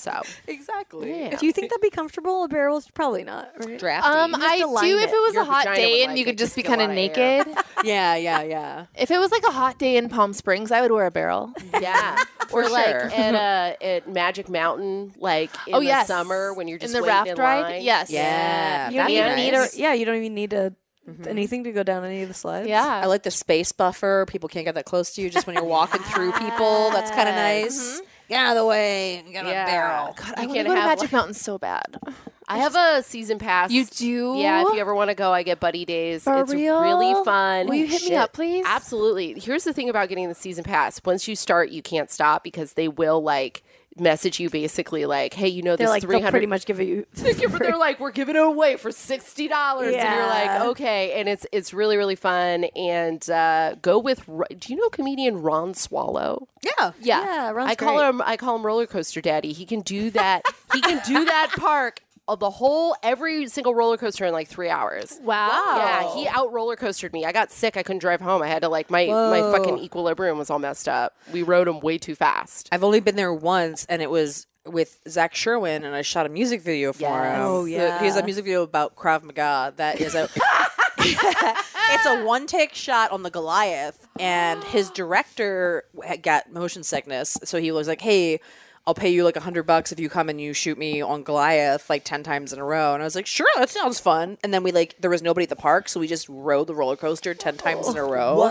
Speaker 6: So
Speaker 3: Exactly.
Speaker 2: Do you think that'd be comfortable? A barrel is probably not. Right?
Speaker 3: Drafty.
Speaker 4: Um, I
Speaker 2: to line
Speaker 4: do
Speaker 2: it.
Speaker 4: if it was
Speaker 6: Your
Speaker 4: a hot
Speaker 6: vagina
Speaker 4: day
Speaker 6: would
Speaker 4: and
Speaker 6: like
Speaker 4: you
Speaker 6: it.
Speaker 4: could just be
Speaker 6: You get
Speaker 4: kind
Speaker 6: a
Speaker 4: of
Speaker 6: lot of air.
Speaker 4: naked.
Speaker 3: yeah, yeah, yeah.
Speaker 4: if it was like a hot day in Palm Springs, I would wear a barrel.
Speaker 6: yeah, or
Speaker 3: For
Speaker 6: like
Speaker 3: sure.
Speaker 6: at uh, at Magic Mountain, like in
Speaker 4: oh
Speaker 6: the
Speaker 4: yes,
Speaker 6: summer when you're just
Speaker 4: in the
Speaker 6: waiting
Speaker 4: raft
Speaker 6: in
Speaker 4: ride.
Speaker 6: line.
Speaker 4: Yes.
Speaker 3: Yeah,
Speaker 2: You don't
Speaker 3: that'd be
Speaker 2: even
Speaker 3: nice. Mm-hmm.
Speaker 2: need a, yeah, you don't even need a, anything to go down any of the slides.
Speaker 4: Yeah.
Speaker 3: I like the space buffer. People can't get that close to you just when you're walking through people. That's kind of nice.
Speaker 1: Get out of the way. Get on a
Speaker 6: Yeah.
Speaker 1: barrel.
Speaker 4: God, I want to
Speaker 6: can't
Speaker 4: go to
Speaker 6: have
Speaker 4: Magic
Speaker 6: like-
Speaker 4: Mountain so bad.
Speaker 6: I have a season pass.
Speaker 4: You do?
Speaker 6: Yeah, if you ever want to go, I get buddy days.
Speaker 4: For
Speaker 6: it's
Speaker 4: real?
Speaker 6: really fun.
Speaker 4: Will you hit me up, please?
Speaker 6: Absolutely. Here's the thing about getting the season pass. Once you start, you can't stop because they will like message you basically like, hey, you know
Speaker 2: They're
Speaker 6: this
Speaker 2: like, they'll
Speaker 6: 300
Speaker 2: pretty much give you.
Speaker 6: they're like, we're giving it away for sixty dollars, and you're
Speaker 2: Yeah.
Speaker 6: like, okay. And it's it's really really fun. And uh, go with. Ro- Do you know comedian Ron Swallow?
Speaker 1: Yeah.
Speaker 6: Yeah,
Speaker 2: Yeah, Ron's
Speaker 6: I call
Speaker 2: great.
Speaker 6: him I call him roller coaster daddy. He can do that. he can do that park of the whole every single roller coaster in like three hours.
Speaker 4: Wow.
Speaker 6: Yeah, he out roller coastered me. I got sick. I couldn't drive home. I had to like my my fucking equilibrium was all messed up. We rode him way too fast.
Speaker 3: I've only been there once, and it was with Zach Sherwin, and I shot a music video for
Speaker 6: Yes.
Speaker 3: him.
Speaker 6: Oh,
Speaker 3: yeah, he has a music video about Krav Maga. That is a. it's a one take shot on the Goliath, and his director had got motion sickness, so he was like, "Hey." I'll pay you like a hundred bucks if you come and you shoot me on Goliath like ten times in a row. And I was like, sure, that sounds fun. And then we like there was nobody at the park, so we just rode the roller coaster ten times in a row.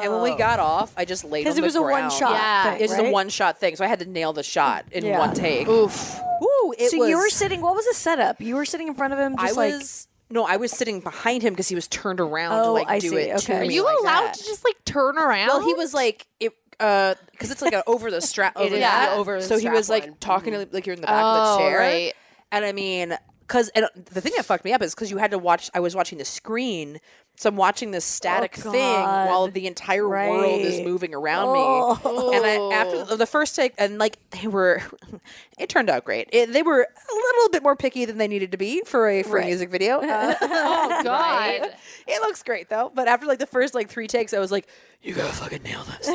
Speaker 3: And when we got off, I just laid on
Speaker 2: Because it
Speaker 3: the
Speaker 2: was a one
Speaker 3: ground.
Speaker 2: shot.
Speaker 6: Yeah.
Speaker 2: thing,
Speaker 6: It
Speaker 3: It's just a
Speaker 2: right?
Speaker 3: one shot thing, so I had to nail the shot in
Speaker 2: Yeah.
Speaker 3: one take.
Speaker 4: Oof.
Speaker 3: Ooh, it
Speaker 2: So you were sitting. What was the setup? You were sitting in front of him,
Speaker 3: I
Speaker 2: just like
Speaker 3: was no, I was sitting behind him because he was turned around to
Speaker 2: Oh,
Speaker 3: like
Speaker 2: I
Speaker 3: do
Speaker 2: see.
Speaker 3: it.
Speaker 2: Okay.
Speaker 3: To
Speaker 4: Are
Speaker 3: me
Speaker 4: you
Speaker 3: like
Speaker 4: allowed
Speaker 3: that.
Speaker 4: to just like turn around?
Speaker 3: Well, he was like it because it's like an over the strap. over
Speaker 6: is
Speaker 3: the
Speaker 4: an
Speaker 3: strap.
Speaker 6: over the
Speaker 3: So he
Speaker 6: strap
Speaker 3: was like
Speaker 6: one.
Speaker 3: talking to like you're in the back
Speaker 4: Oh,
Speaker 3: of the chair,
Speaker 4: right.
Speaker 3: and I mean, because and the thing that fucked me up is because you had to watch. I was watching the screen. So I'm watching this static thing
Speaker 2: God.
Speaker 3: while the entire world is
Speaker 2: Right.
Speaker 3: moving around me. And I, after the first take, and like they were, it turned out great. It, they were a little bit more picky than they needed to be for a free music video. Uh,
Speaker 4: oh god.
Speaker 3: it looks great though. But after like the first like three takes, I was like, "You gotta fucking nail this."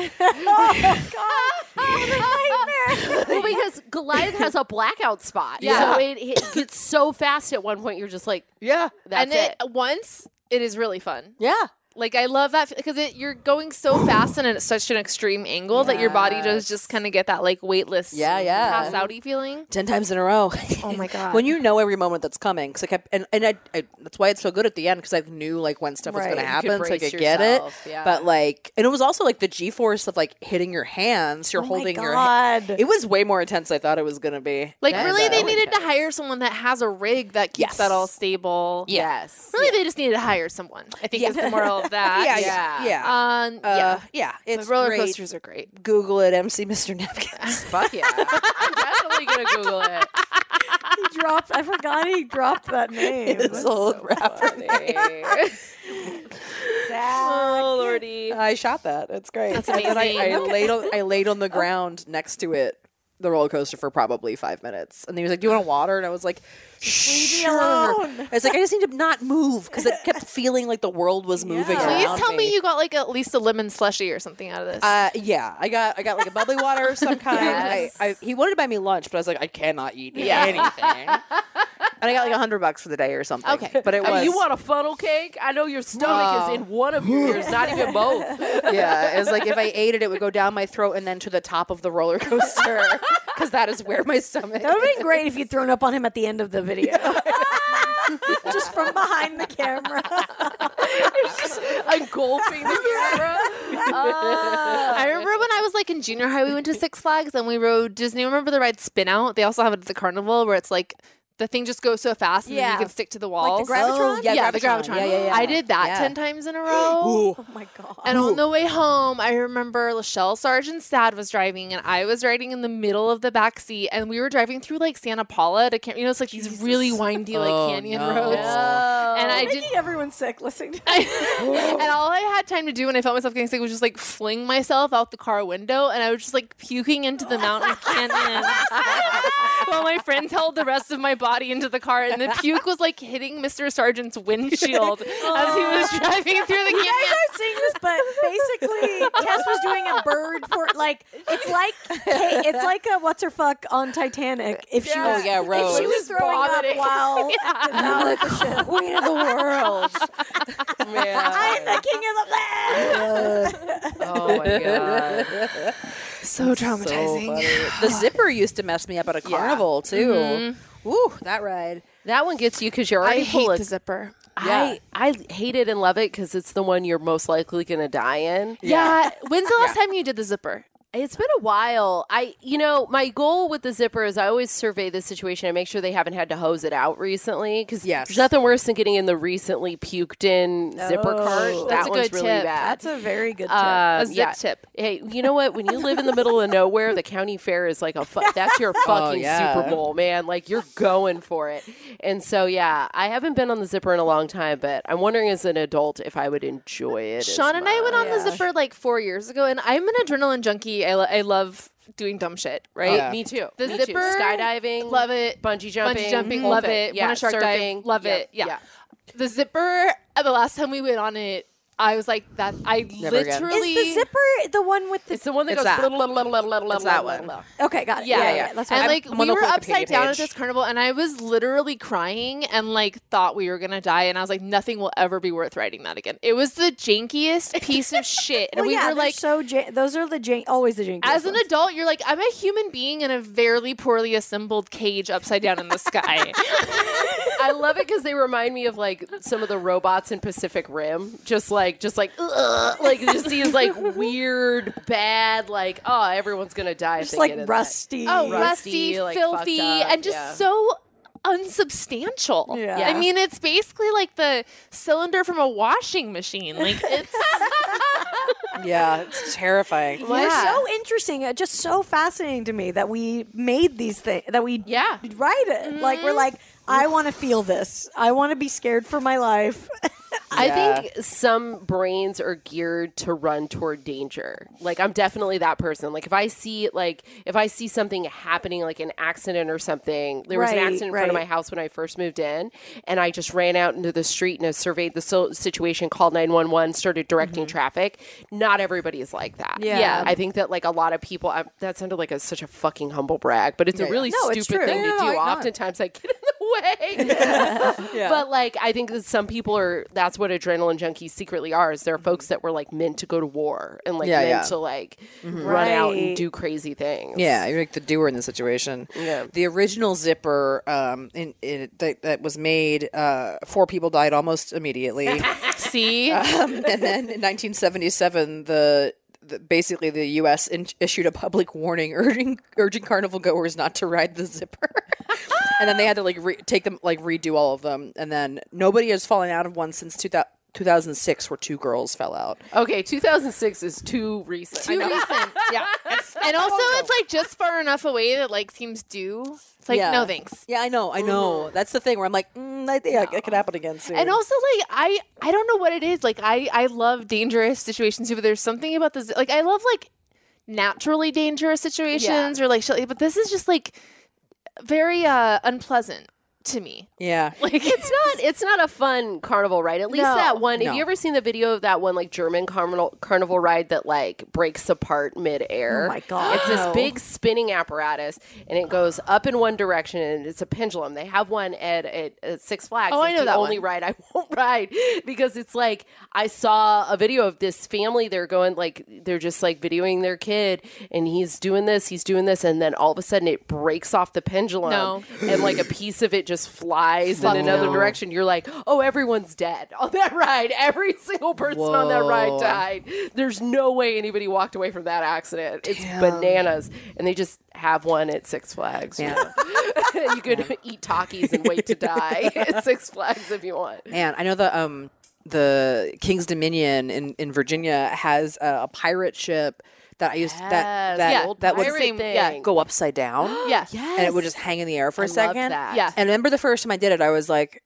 Speaker 6: well, because Goliath has a blackout spot.
Speaker 4: Yeah.
Speaker 6: So it, it gets so fast at one point you're just like,
Speaker 3: yeah,
Speaker 6: that's
Speaker 4: and
Speaker 6: it.
Speaker 4: uh, once it is really fun.
Speaker 3: yeah.
Speaker 4: Like I love that because you're going so fast and it's such an extreme angle that your body does just kind of get that like weightless,
Speaker 3: Yeah, yeah.
Speaker 4: pass outy feeling.
Speaker 3: 10 times in a row.
Speaker 4: Oh my god!
Speaker 3: when you know every moment that's coming, because I kept, and, and I, I, that's why it's so good at the end, because I knew like when stuff was
Speaker 2: Right.
Speaker 3: going
Speaker 2: You
Speaker 3: to
Speaker 2: could
Speaker 3: happen, so I
Speaker 6: brace
Speaker 3: could get it.
Speaker 6: yourself, yeah.
Speaker 3: But like, and it was also like the G force of like hitting your hands,
Speaker 4: Oh
Speaker 3: you're holding your
Speaker 2: "Oh God.
Speaker 3: It was way more intense than I thought it was going to be.
Speaker 4: like
Speaker 6: That
Speaker 4: really,
Speaker 6: is
Speaker 4: they
Speaker 6: so
Speaker 4: needed to hire someone that has a rig that keeps
Speaker 3: Yes.
Speaker 4: that all stable.
Speaker 6: yes.
Speaker 4: Really, they just needed to hire someone. I think
Speaker 3: Yeah.
Speaker 4: is the moral of that.
Speaker 3: yeah,
Speaker 6: yeah.
Speaker 3: yeah, yeah.
Speaker 4: Um.
Speaker 3: Uh,
Speaker 4: yeah.
Speaker 3: yeah,
Speaker 4: The
Speaker 3: it's
Speaker 4: roller
Speaker 3: great.
Speaker 4: coasters are great.
Speaker 3: Google it, MC Mr. Napkins.
Speaker 6: Fuck yeah. I'm definitely going to Google it.
Speaker 2: he dropped. I forgot he dropped that name.
Speaker 3: this old rapper.
Speaker 6: oh, Lordy.
Speaker 3: I shot that. It's great.
Speaker 4: That's
Speaker 3: And then I, I
Speaker 4: amazing.
Speaker 3: laid on I laid on the ground next to it, the roller coaster for probably five minutes. And he was like, "Do you want water?" And I was like, "Sure."
Speaker 2: alone.
Speaker 3: I was like, "I just need to not move because it kept feeling like the world was moving."
Speaker 2: Yeah.
Speaker 4: Please
Speaker 3: around
Speaker 4: tell me you got like at least a lemon slushy or something out of this.
Speaker 3: Uh, yeah, I got I got like a bubbly water of some kind.
Speaker 6: Yes.
Speaker 3: I, I, he wanted to buy me lunch, but I was like, I cannot eat anything. and I got like a hundred bucks for the day or something.
Speaker 4: Okay. Oh,
Speaker 3: but it was
Speaker 6: I mean, you want a funnel cake? I know your stomach
Speaker 3: Wow.
Speaker 6: is in one of your ears, not even both.
Speaker 3: yeah, it was like if I ate it, it would go down my throat and then to the top of the roller coaster because that is where my stomach.
Speaker 2: That would have been great if you'd thrown up on him at the end of the video. Just from behind the camera.
Speaker 6: I'm gulping the camera.
Speaker 4: I remember when I was like in junior high, we went to Six Flags and we rode Disney. Remember the ride Spin Out? They also have it at the carnival where it's like the thing just goes so fast and then
Speaker 2: Yeah.
Speaker 4: you can stick to the walls.
Speaker 2: Gravitron?
Speaker 4: yeah, the Gravitron.
Speaker 3: Oh, Yeah, yeah, yeah.
Speaker 4: I did that
Speaker 3: Yeah.
Speaker 4: 10 times in a row.
Speaker 2: Oh my god.
Speaker 4: And on the way home, I remember Lachelle Sargent's dad was driving, and I was riding in the middle of the back seat, and we were driving through like Santa Paula to, Cam- you know, it's like these really windy like
Speaker 3: Oh,
Speaker 4: canyon
Speaker 3: no.
Speaker 4: roads. And I
Speaker 2: Making
Speaker 4: didn't.
Speaker 2: everyone sick listening to
Speaker 4: and all I had time to do when I felt myself getting sick was just like fling myself out the car window, and I was just like puking into the mountain canyon while my friends held the rest of my body into the car, and the puke was like hitting Mr. Sargent's windshield as he was driving through the
Speaker 2: You guys
Speaker 4: canyon.
Speaker 2: aren't seeing this, but basically, Tess was doing a bird for like it's like hey, it's like a what's her fuck on Titanic. If she
Speaker 3: Yeah.
Speaker 2: was,
Speaker 3: Oh, yeah,
Speaker 2: if
Speaker 3: Rose.
Speaker 2: she was throwing up
Speaker 6: Vomiting.
Speaker 2: while the power of the ship.
Speaker 3: Queen of the world.
Speaker 2: I am the king of the land.
Speaker 6: Oh my god.
Speaker 4: So traumatizing.
Speaker 3: the zipper used to mess me up at a carnival too. Ooh, that ride.
Speaker 6: That one gets you because you're
Speaker 4: I
Speaker 6: already full
Speaker 4: hate
Speaker 6: of.
Speaker 4: the zipper.
Speaker 6: I I hate it and love it because it's the one you're most likely gonna die in.
Speaker 4: Yeah. When's the last time you did the zipper?
Speaker 6: It's been a while. I, you know, my goal with the zipper is I always survey the situation and make sure they haven't had to hose it out recently. Because
Speaker 3: Yes.
Speaker 6: there's nothing worse than getting in the recently puked in zipper
Speaker 4: That's
Speaker 6: cart. that
Speaker 4: a
Speaker 6: one's
Speaker 4: good
Speaker 6: really
Speaker 4: tip.
Speaker 6: bad.
Speaker 2: That's a very good tip.
Speaker 6: Um,
Speaker 4: A zip
Speaker 6: yeah.
Speaker 4: tip.
Speaker 6: Hey, you know what? When you live in the middle of nowhere, the county fair is like a fu- that's your fucking
Speaker 3: Oh, yeah.
Speaker 6: Super Bowl, man. Like you're going for it. And so, yeah, I haven't been on the zipper in a long time, but I'm wondering as an adult if I would enjoy it. as
Speaker 4: Sean and I went on
Speaker 6: much.
Speaker 4: the zipper like four years ago, and I'm an adrenaline junkie. I, lo- I love doing dumb shit, right?
Speaker 3: yeah.
Speaker 6: Me too.
Speaker 4: The
Speaker 6: Me too.
Speaker 4: zipper,
Speaker 6: skydiving,
Speaker 4: Love it.
Speaker 6: Bungee jumping,
Speaker 4: Bungee jumping,
Speaker 6: whole
Speaker 4: love
Speaker 6: thing.
Speaker 4: it.
Speaker 6: Yeah,
Speaker 4: Want a shark
Speaker 6: surfing,
Speaker 4: dive, love
Speaker 6: yeah,
Speaker 4: it. Yeah. The zipper. uh, The last time we went on it, I was like that. I
Speaker 3: again.
Speaker 4: literally.
Speaker 2: Is the zipper the one with the?
Speaker 6: It's the one that
Speaker 3: It's
Speaker 6: goes.
Speaker 3: that.
Speaker 6: blah, blah, blah, blah, blah,
Speaker 3: It's
Speaker 6: blah,
Speaker 3: that
Speaker 6: blah,
Speaker 3: one.
Speaker 6: blah.
Speaker 2: okay, got it.
Speaker 4: yeah, yeah,
Speaker 2: That's
Speaker 4: and
Speaker 2: what
Speaker 4: like
Speaker 3: I'm
Speaker 4: we
Speaker 3: gonna
Speaker 4: were
Speaker 3: pull up the
Speaker 4: upside
Speaker 3: Wikipedia
Speaker 4: down
Speaker 3: page.
Speaker 4: at this carnival, and I was literally crying and like thought we were gonna die, and I was like, nothing will ever be worth writing that again. It was the jankiest piece of shit, and
Speaker 2: well,
Speaker 4: we
Speaker 2: yeah,
Speaker 4: were
Speaker 2: they're
Speaker 4: like
Speaker 2: so jan- those are the jan- always the jankiest.
Speaker 4: As an
Speaker 2: ones.
Speaker 4: adult, you're like, I'm a human being in a very poorly assembled cage upside down in the sky.
Speaker 6: I love it because they remind me of like some of the robots in Pacific Rim. Just like, just like, ugh, like just these like weird, bad, like oh, everyone's gonna die. if
Speaker 2: just
Speaker 6: they get in
Speaker 2: like
Speaker 6: that.
Speaker 2: rusty.
Speaker 4: oh,
Speaker 6: Rusty,
Speaker 4: rusty,
Speaker 6: like,
Speaker 4: filthy,
Speaker 6: fucked up,
Speaker 4: and just
Speaker 6: yeah.
Speaker 4: so unsubstantial.
Speaker 2: Yeah.
Speaker 4: I mean, it's basically like the cylinder from a washing machine. Like it's
Speaker 3: yeah, it's terrifying.
Speaker 2: They're so interesting. uh, Just so fascinating to me that we made these things. That we
Speaker 4: Yeah.
Speaker 2: write it. Like we're like, I want to feel this. I want to be scared for my life.
Speaker 6: I think some brains are geared to run toward danger. Like I'm definitely that person. Like if I see like if I see something happening, like an accident or something. There was an
Speaker 2: Right,
Speaker 6: accident in front of
Speaker 2: right.
Speaker 6: my house when I first moved in, and I just ran out into the street and I surveyed the so- situation, called 911, started directing traffic. Not everybody is like that.
Speaker 2: Mm-hmm. Yeah. Yeah.
Speaker 6: I think that like a lot of people. I, that sounded like a, such a fucking humble brag, but it's a really
Speaker 2: No,
Speaker 6: stupid
Speaker 2: it's true.
Speaker 6: thing
Speaker 3: Yeah,
Speaker 6: to do.
Speaker 3: yeah, I know.
Speaker 6: Oftentimes, I get in the way. But like, I think that some people are. That's what adrenaline junkies secretly are. Is they're folks that were like meant to go to war and like
Speaker 3: Mm-hmm. Yeah,
Speaker 6: meant
Speaker 3: yeah. Mm-hmm.
Speaker 6: to like run out and
Speaker 2: Right.
Speaker 6: do crazy things.
Speaker 3: Yeah, you're like the doer in the situation.
Speaker 6: Yeah.
Speaker 3: The original zipper um, in, in, that, that was made, uh, four people died almost immediately. um,
Speaker 4: see,
Speaker 3: and then in 1977, the, the basically the U.S. In, issued a public warning urging urging carnival goers not to ride the zipper. and then they had to like re- take them like redo all of them. And then nobody has fallen out of one since 2000. 2006 where two girls fell out.
Speaker 6: Okay, 2006 is too recent.
Speaker 4: too recent.
Speaker 3: Yeah.
Speaker 4: and also, it's like just far enough away that like seems due. It's like
Speaker 3: Yeah.
Speaker 4: no thanks.
Speaker 3: Yeah, I know. I know. That's the thing where I'm like, mm, I think I- it could happen again soon.
Speaker 4: And also, like I, I don't know what it is. Like I, I love dangerous situations too. But there's something about this. Like I love like naturally dangerous situations or like, shit like- but this is just like very uh unpleasant to me.
Speaker 3: yeah.
Speaker 4: Like it's
Speaker 6: not it's not a fun carnival ride. At least
Speaker 4: No.
Speaker 6: that one.
Speaker 3: No.
Speaker 6: Have you ever seen the video of that one like German carnival carnival ride that like breaks apart midair?
Speaker 2: Oh my God.
Speaker 6: It's this big spinning apparatus, and it goes up in one direction, and it's a pendulum. They have one at, at, at Six Flags.
Speaker 4: Oh, I
Speaker 6: It's
Speaker 4: know
Speaker 6: the
Speaker 4: that
Speaker 6: only
Speaker 4: one.
Speaker 6: ride I won't ride because it's like I saw a video of this family. They're going like they're just like videoing their kid, and he's doing this, he's doing this, and then all of a sudden it breaks off the pendulum,
Speaker 4: No.
Speaker 6: and like a piece of it just flies in
Speaker 4: Fuck
Speaker 6: another
Speaker 4: no.
Speaker 6: direction. You're like, oh, everyone's dead on that ride. Every single person on that ride
Speaker 3: Whoa.
Speaker 6: died. There's no way anybody walked away from that accident. It's bananas, and they just have one at Six Flags. you
Speaker 3: Yeah.
Speaker 6: know? you could eat Takis and wait to die at Six Flags if you want.
Speaker 3: Man, I know the um the King's Dominion in, in Virginia has a, a pirate ship that I used that that
Speaker 4: Yeah,
Speaker 3: that would
Speaker 4: pirate thing.
Speaker 3: yeah, go upside down.
Speaker 4: yeah.
Speaker 3: And it would just hang in the air for a
Speaker 6: I love
Speaker 3: second.
Speaker 6: that.
Speaker 4: Yeah.
Speaker 3: And I remember the first time I did it, I was like,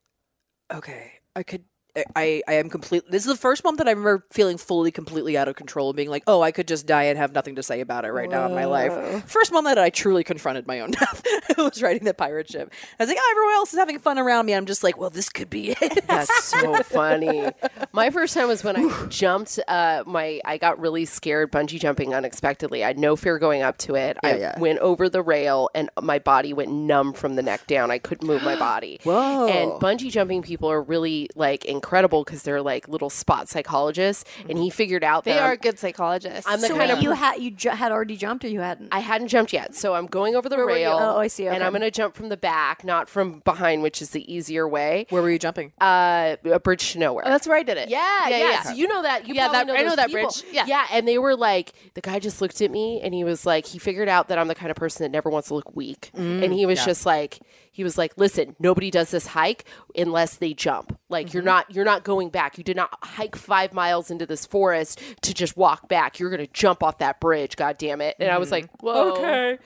Speaker 3: okay, I could. I- I, I am completely. This is the first moment that I remember feeling fully, completely out of control and being like, oh, I could just die and have nothing to say about it right now in my life. First moment that I truly confronted my own death was riding the pirate ship. I was like, oh, everyone else is having fun around me. I'm just like, well, this could be it.
Speaker 6: That's so funny. My first time was when I jumped. Uh, my I got really scared bungee jumping unexpectedly. I had no fear going up to it. I
Speaker 3: yeah.
Speaker 6: went over the rail and my body went numb from the neck down. I couldn't move my body.
Speaker 3: Whoa.
Speaker 6: And bungee jumping people are really like in incredible because they're like little spot psychologists, and he figured out
Speaker 4: They
Speaker 6: that
Speaker 4: are good psychologists.
Speaker 6: I'm the
Speaker 2: so
Speaker 6: kind
Speaker 2: wait,
Speaker 6: of
Speaker 2: you had you ju- had already jumped or you hadn't?
Speaker 6: I hadn't jumped yet, so I'm going over the rail.
Speaker 2: Oh, I see,
Speaker 6: And
Speaker 2: okay.
Speaker 6: I'm going to jump from the back, not from behind, which is the easier way.
Speaker 3: Where were you jumping?
Speaker 6: Uh, a bridge to nowhere.
Speaker 4: Oh, that's where I did it.
Speaker 6: Yeah, yeah.
Speaker 4: yeah.
Speaker 6: So you know that. You
Speaker 4: Yeah,
Speaker 6: probably
Speaker 4: that- I know
Speaker 6: those
Speaker 4: that
Speaker 6: people.
Speaker 4: bridge. Yeah.
Speaker 6: yeah. And they were like, the guy just looked at me and he was like, he figured out that I'm the kind of person that never wants to look weak, and he was just like, he was like, listen, nobody does this hike unless they jump. Like you're not, you're not going back. You did not hike five miles into this forest to just walk back. You're gonna jump off that bridge. God damn it! And I was like,
Speaker 4: Whoa.
Speaker 6: okay.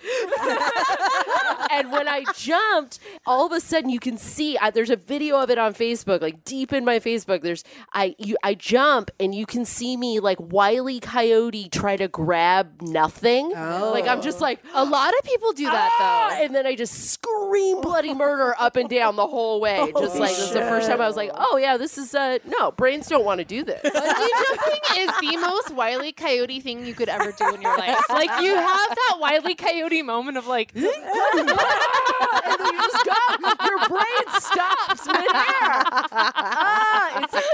Speaker 6: and when I jumped, all of a sudden you can see I, there's a video of it on Facebook, like deep in my Facebook. There's I you I jump and you can see me like wily coyote try to grab nothing. Like I'm just like
Speaker 4: A lot of people do that
Speaker 6: "Ah!"
Speaker 4: though.
Speaker 6: and then I just scream bloody murder up and down the whole way. Just like this is the first time I was like, oh yeah, this is uh no brains don't want to do this.
Speaker 4: Bungee jumping is the most wily coyote thing you could ever do in your life. Like you have that wily coyote moment of like,
Speaker 6: and then you just go. Your brain stops midair. Ah, it's-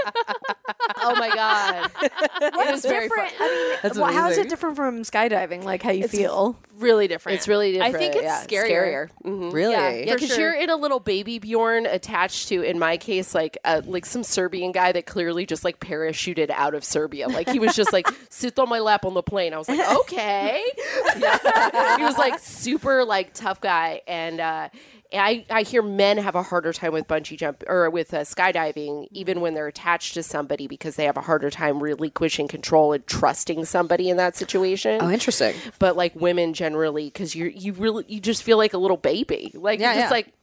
Speaker 6: oh my god! it is very fun.
Speaker 2: different. I mean,
Speaker 3: That's
Speaker 2: wh- how is
Speaker 3: amazing.
Speaker 2: it different from skydiving? Like how you feel?
Speaker 4: really different.
Speaker 6: It's really different.
Speaker 4: I think it's
Speaker 6: yeah,
Speaker 4: scarier.
Speaker 6: Mhm.
Speaker 3: Really?
Speaker 6: Yeah,
Speaker 4: For
Speaker 6: because
Speaker 4: sure.
Speaker 6: you're in a little baby Bjorn attached to, in my case, like uh, like some Serbian guy that clearly just like parachuted out of Serbia. Like he was just like sit on my lap on the plane. I was like, okay. Yeah. he was like super like tough guy, and uh, I I hear men have a harder time with bungee jump or with uh, skydiving, even when they're attached to somebody because they have a harder time relinquishing control and trusting somebody in that situation
Speaker 3: Oh, interesting.
Speaker 6: but like women generally because you you really you just feel like a little baby like
Speaker 3: Yeah,
Speaker 6: you're just
Speaker 3: yeah.
Speaker 6: like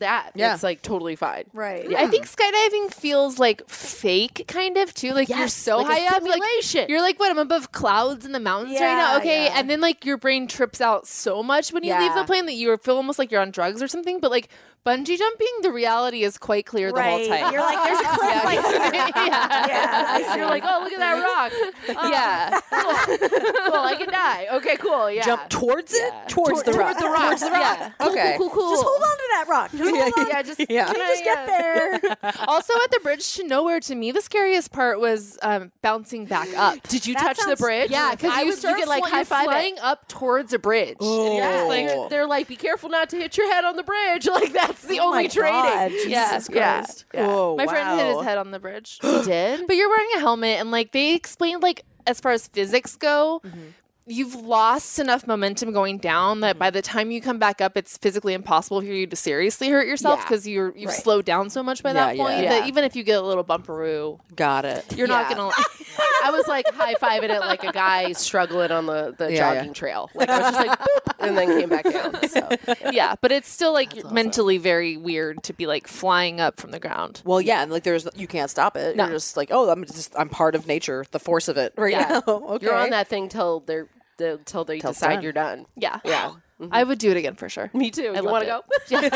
Speaker 6: that
Speaker 3: Yeah.
Speaker 6: it's like totally fine
Speaker 2: Right.
Speaker 4: I think skydiving feels like fake, kind of too. Like you're
Speaker 6: Yes,
Speaker 4: so
Speaker 6: like a
Speaker 4: high up, like
Speaker 6: simulation.
Speaker 4: you're like what? I'm above clouds in the mountains right
Speaker 2: Yeah,
Speaker 4: now. Okay,
Speaker 2: yeah.
Speaker 4: and then like your brain trips out so much when you leave
Speaker 6: Yeah.
Speaker 4: the plane that you feel almost like you're on drugs or something. But like bungee jumping, the reality is quite clear the whole time.
Speaker 2: You're like there's a cliff. Like
Speaker 4: yeah.
Speaker 2: yeah.
Speaker 6: So you're like oh look at that rock
Speaker 4: yeah.
Speaker 6: well i can die okay cool yeah
Speaker 3: Jump towards it? Towards the rock.
Speaker 6: towards the rock yeah.
Speaker 3: Okay.
Speaker 6: cool cool cool
Speaker 2: Just hold on to that rock. Just hold on.
Speaker 6: yeah just
Speaker 3: Yeah.
Speaker 6: can I
Speaker 2: Just get there.
Speaker 4: also, at the bridge to nowhere, to me, the scariest part was um, bouncing back up.
Speaker 6: did you
Speaker 2: That
Speaker 6: touch the
Speaker 2: sounds-
Speaker 6: bridge
Speaker 4: Yeah, because
Speaker 6: I
Speaker 4: you
Speaker 6: was-
Speaker 4: start
Speaker 6: could,
Speaker 4: like high
Speaker 6: high-five it.
Speaker 4: flying up towards a bridge. And you're just like,
Speaker 3: Oh.
Speaker 6: they're like be careful not to hit your head on the bridge like that's the
Speaker 4: Oh
Speaker 6: only
Speaker 2: my
Speaker 6: training
Speaker 2: God,
Speaker 6: yeah
Speaker 2: Jesus
Speaker 6: yeah,
Speaker 2: Christ.
Speaker 6: yeah.
Speaker 3: Whoa,
Speaker 4: My friend hit
Speaker 3: wow.
Speaker 4: his head on the bridge.
Speaker 6: You did
Speaker 4: but you're wearing a helmet, and like they explained, like as far as physics go.
Speaker 6: Mm-hmm.
Speaker 4: You've lost enough momentum going down that by the time you come back up, it's physically impossible for you to seriously hurt yourself
Speaker 6: Yeah.
Speaker 4: because you're you've
Speaker 6: Right.
Speaker 4: slowed down so much by
Speaker 3: Yeah,
Speaker 4: that
Speaker 3: yeah.
Speaker 4: point
Speaker 6: Yeah.
Speaker 4: that even if you get a little bumperoo,
Speaker 3: Got it.
Speaker 4: you're not
Speaker 6: Yeah.
Speaker 4: gonna.
Speaker 6: I was like high fiving it like a guy struggling on the, the
Speaker 3: Yeah,
Speaker 6: jogging trail. Like I was just like boop and then came back down. So
Speaker 4: yeah, but it's still like mentally very weird to be like flying up from the ground.
Speaker 3: Well, yeah, and like there's you can't stop it.
Speaker 4: No.
Speaker 3: You're just like, oh, I'm just I'm part of nature, the force of it right
Speaker 6: Yeah.
Speaker 3: now. okay.
Speaker 6: you're on that thing till they're, they till they
Speaker 3: Till it's
Speaker 6: decide
Speaker 3: done.
Speaker 6: you're done.
Speaker 4: Yeah, yeah, Mm-hmm. I would do it again for sure.
Speaker 6: Me too.
Speaker 4: I
Speaker 6: you want to go?
Speaker 4: loved it.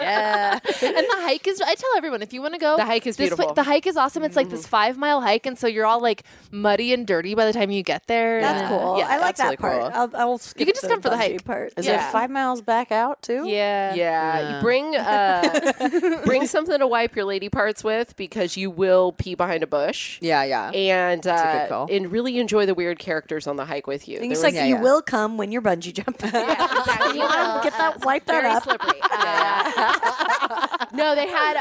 Speaker 3: Yeah.
Speaker 4: and the hike is I tell everyone if you want to go
Speaker 6: The hike is
Speaker 4: this pla-
Speaker 6: beautiful.
Speaker 4: the hike is awesome. It's like this five mile hike and so you're all like muddy and dirty by the time you get there.
Speaker 2: That's
Speaker 4: And-
Speaker 2: cool.
Speaker 4: Yeah.
Speaker 2: I like
Speaker 3: that's
Speaker 2: that
Speaker 3: really
Speaker 2: part.
Speaker 3: cool.
Speaker 2: I'll, I'll skip
Speaker 4: can just come for the
Speaker 2: bungee
Speaker 4: hike.
Speaker 2: part.
Speaker 3: Is
Speaker 4: Yeah.
Speaker 3: it five miles back out too?
Speaker 4: yeah.
Speaker 6: Yeah, you bring uh, bring something to wipe your lady parts with because you will pee behind a bush.
Speaker 3: Yeah, yeah.
Speaker 6: And
Speaker 3: a good
Speaker 6: uh,
Speaker 3: call.
Speaker 6: and really enjoy the weird characters on the hike with you.
Speaker 2: Things
Speaker 6: There
Speaker 2: like
Speaker 6: was-
Speaker 3: yeah,
Speaker 2: you
Speaker 3: yeah.
Speaker 2: will come when you're bungee jumping.
Speaker 6: Yeah, exactly.
Speaker 2: You wanna get that, wipe that
Speaker 6: very
Speaker 2: up.
Speaker 6: slippery. Uh, no, they had.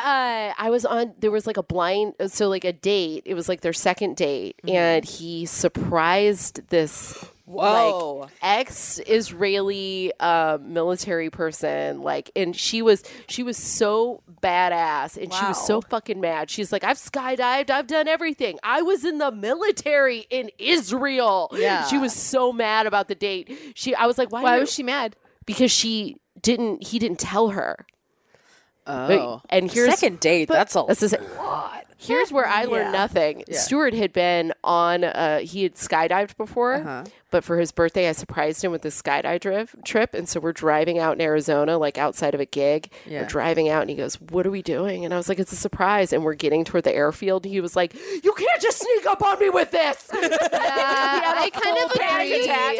Speaker 6: Uh, I was on. There was like a blind. So like a date. It was like their second date,
Speaker 3: Mm-hmm.
Speaker 6: and he surprised this.
Speaker 3: Whoa.
Speaker 6: Like ex-Israeli uh, military person, like, and she was she was so badass, and she was so fucking mad. She's like, "I've skydived, I've done everything. I was in the military in Israel."
Speaker 3: Yeah.
Speaker 6: she was so mad about the date. She, I was like, "Why,
Speaker 4: Why
Speaker 6: you-
Speaker 4: was she mad?
Speaker 6: because she didn't he didn't tell her
Speaker 3: Oh.
Speaker 6: and here's-
Speaker 3: second date. that's all.
Speaker 6: this is here's where i learned nothing stuart had been on uh he had skydived before
Speaker 2: Uh-huh.
Speaker 6: but for his birthday i surprised him with this skydive driv- trip and so we're driving out in arizona like outside of a gig
Speaker 3: Yeah.
Speaker 6: we're driving out and he goes what are we doing and i was like it's a surprise and we're getting toward the airfield he was like you can't just sneak up on me with this
Speaker 4: Yeah, I kind of
Speaker 6: panic
Speaker 4: agree.
Speaker 6: attack.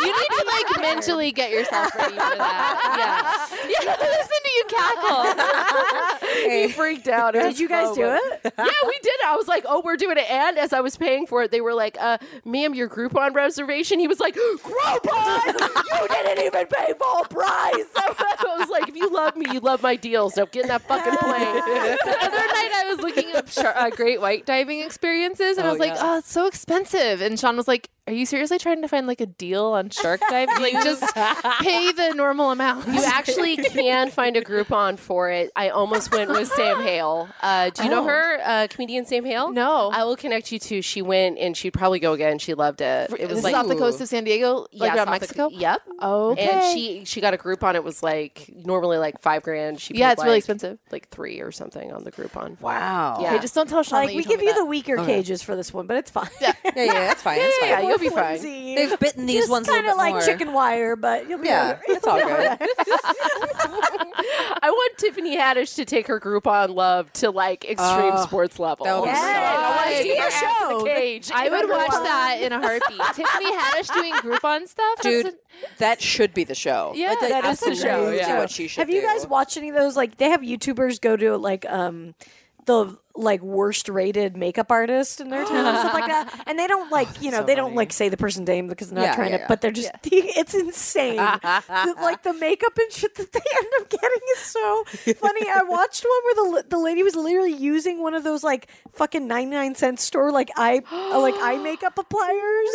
Speaker 4: you need to like mentally get yourself ready for that. Yeah. Yeah, listen to you cackle.
Speaker 6: he freaked out.
Speaker 2: Did you guys
Speaker 6: Oh,
Speaker 2: do it?
Speaker 6: yeah, we did. I was like, oh, we're doing it. And as I was paying for it, they were like, uh, ma'am, your Groupon reservation. He was like, Groupon? You didn't even pay full price. I was like, if you love me, you love my deals. So get in that fucking plane.
Speaker 4: the other night I was looking up sh- uh, great white diving experiences, and I was like, "Oh, it's so expensive." And Sean was like, "Are you seriously trying to find like a deal on shark dive? like, just pay the normal amount."
Speaker 6: You actually can find a Groupon for it. I almost went with Sam Hale. Uh, do you know her, uh, comedian Sam Hale?
Speaker 4: Oh. No.
Speaker 6: I will connect you to. She went and she'd probably go again. She loved it. It was
Speaker 4: this
Speaker 6: like
Speaker 4: is off the coast of San Diego, like
Speaker 6: Yes,
Speaker 4: around
Speaker 6: off the-
Speaker 4: Mexico.
Speaker 6: yep.
Speaker 4: Okay.
Speaker 6: And she she got a Groupon. It was like normally like five grand. She
Speaker 4: Yeah,
Speaker 6: paid,
Speaker 4: it's really
Speaker 6: like-
Speaker 4: expensive.
Speaker 6: like three or something on the Groupon.
Speaker 1: Wow.
Speaker 6: Yeah,
Speaker 4: Okay, just don't tell Sean.
Speaker 2: Like
Speaker 4: that
Speaker 2: we
Speaker 4: told
Speaker 2: give
Speaker 4: me
Speaker 2: you
Speaker 4: that.
Speaker 2: the weaker cages for this one, but it's fine. Yeah,
Speaker 1: Yeah, yeah, that's fine. That's fine.
Speaker 6: yeah, you'll be fine.
Speaker 1: They've bitten these
Speaker 2: Just
Speaker 1: ones a
Speaker 2: kind
Speaker 1: little
Speaker 2: of
Speaker 1: bit
Speaker 2: like
Speaker 1: more.
Speaker 2: chicken wire, but you'll be
Speaker 1: Yeah, it's all good.
Speaker 6: I want Tiffany Haddish to take her Groupon love to like extreme sports level.
Speaker 1: that would be
Speaker 6: Yes.
Speaker 1: so
Speaker 6: I wanna
Speaker 4: fun.
Speaker 6: see her ass in the cage.
Speaker 4: I would watch that in a heartbeat. Tiffany Haddish doing Groupon stuff, that's
Speaker 3: Dude,
Speaker 4: an-
Speaker 3: that should be the show.
Speaker 4: Yeah,
Speaker 3: Like,
Speaker 4: that
Speaker 6: is the
Speaker 3: absolutely
Speaker 6: show,
Speaker 3: is
Speaker 6: yeah.
Speaker 3: what she should
Speaker 2: Have you
Speaker 3: do.
Speaker 2: guys watched any of those? Like they have YouTubers go to like um the like worst rated makeup artist in their town and stuff like that, and they don't like you know they don't like say the person's name because they're not
Speaker 3: Yeah,
Speaker 2: trying
Speaker 3: yeah,
Speaker 2: to,
Speaker 3: yeah.
Speaker 2: but they're just it's insane. The- like the makeup and shit that they end up getting is so funny. I watched one where the the lady was literally using one of those like fucking ninety nine cent store like eye uh, like eye makeup appliers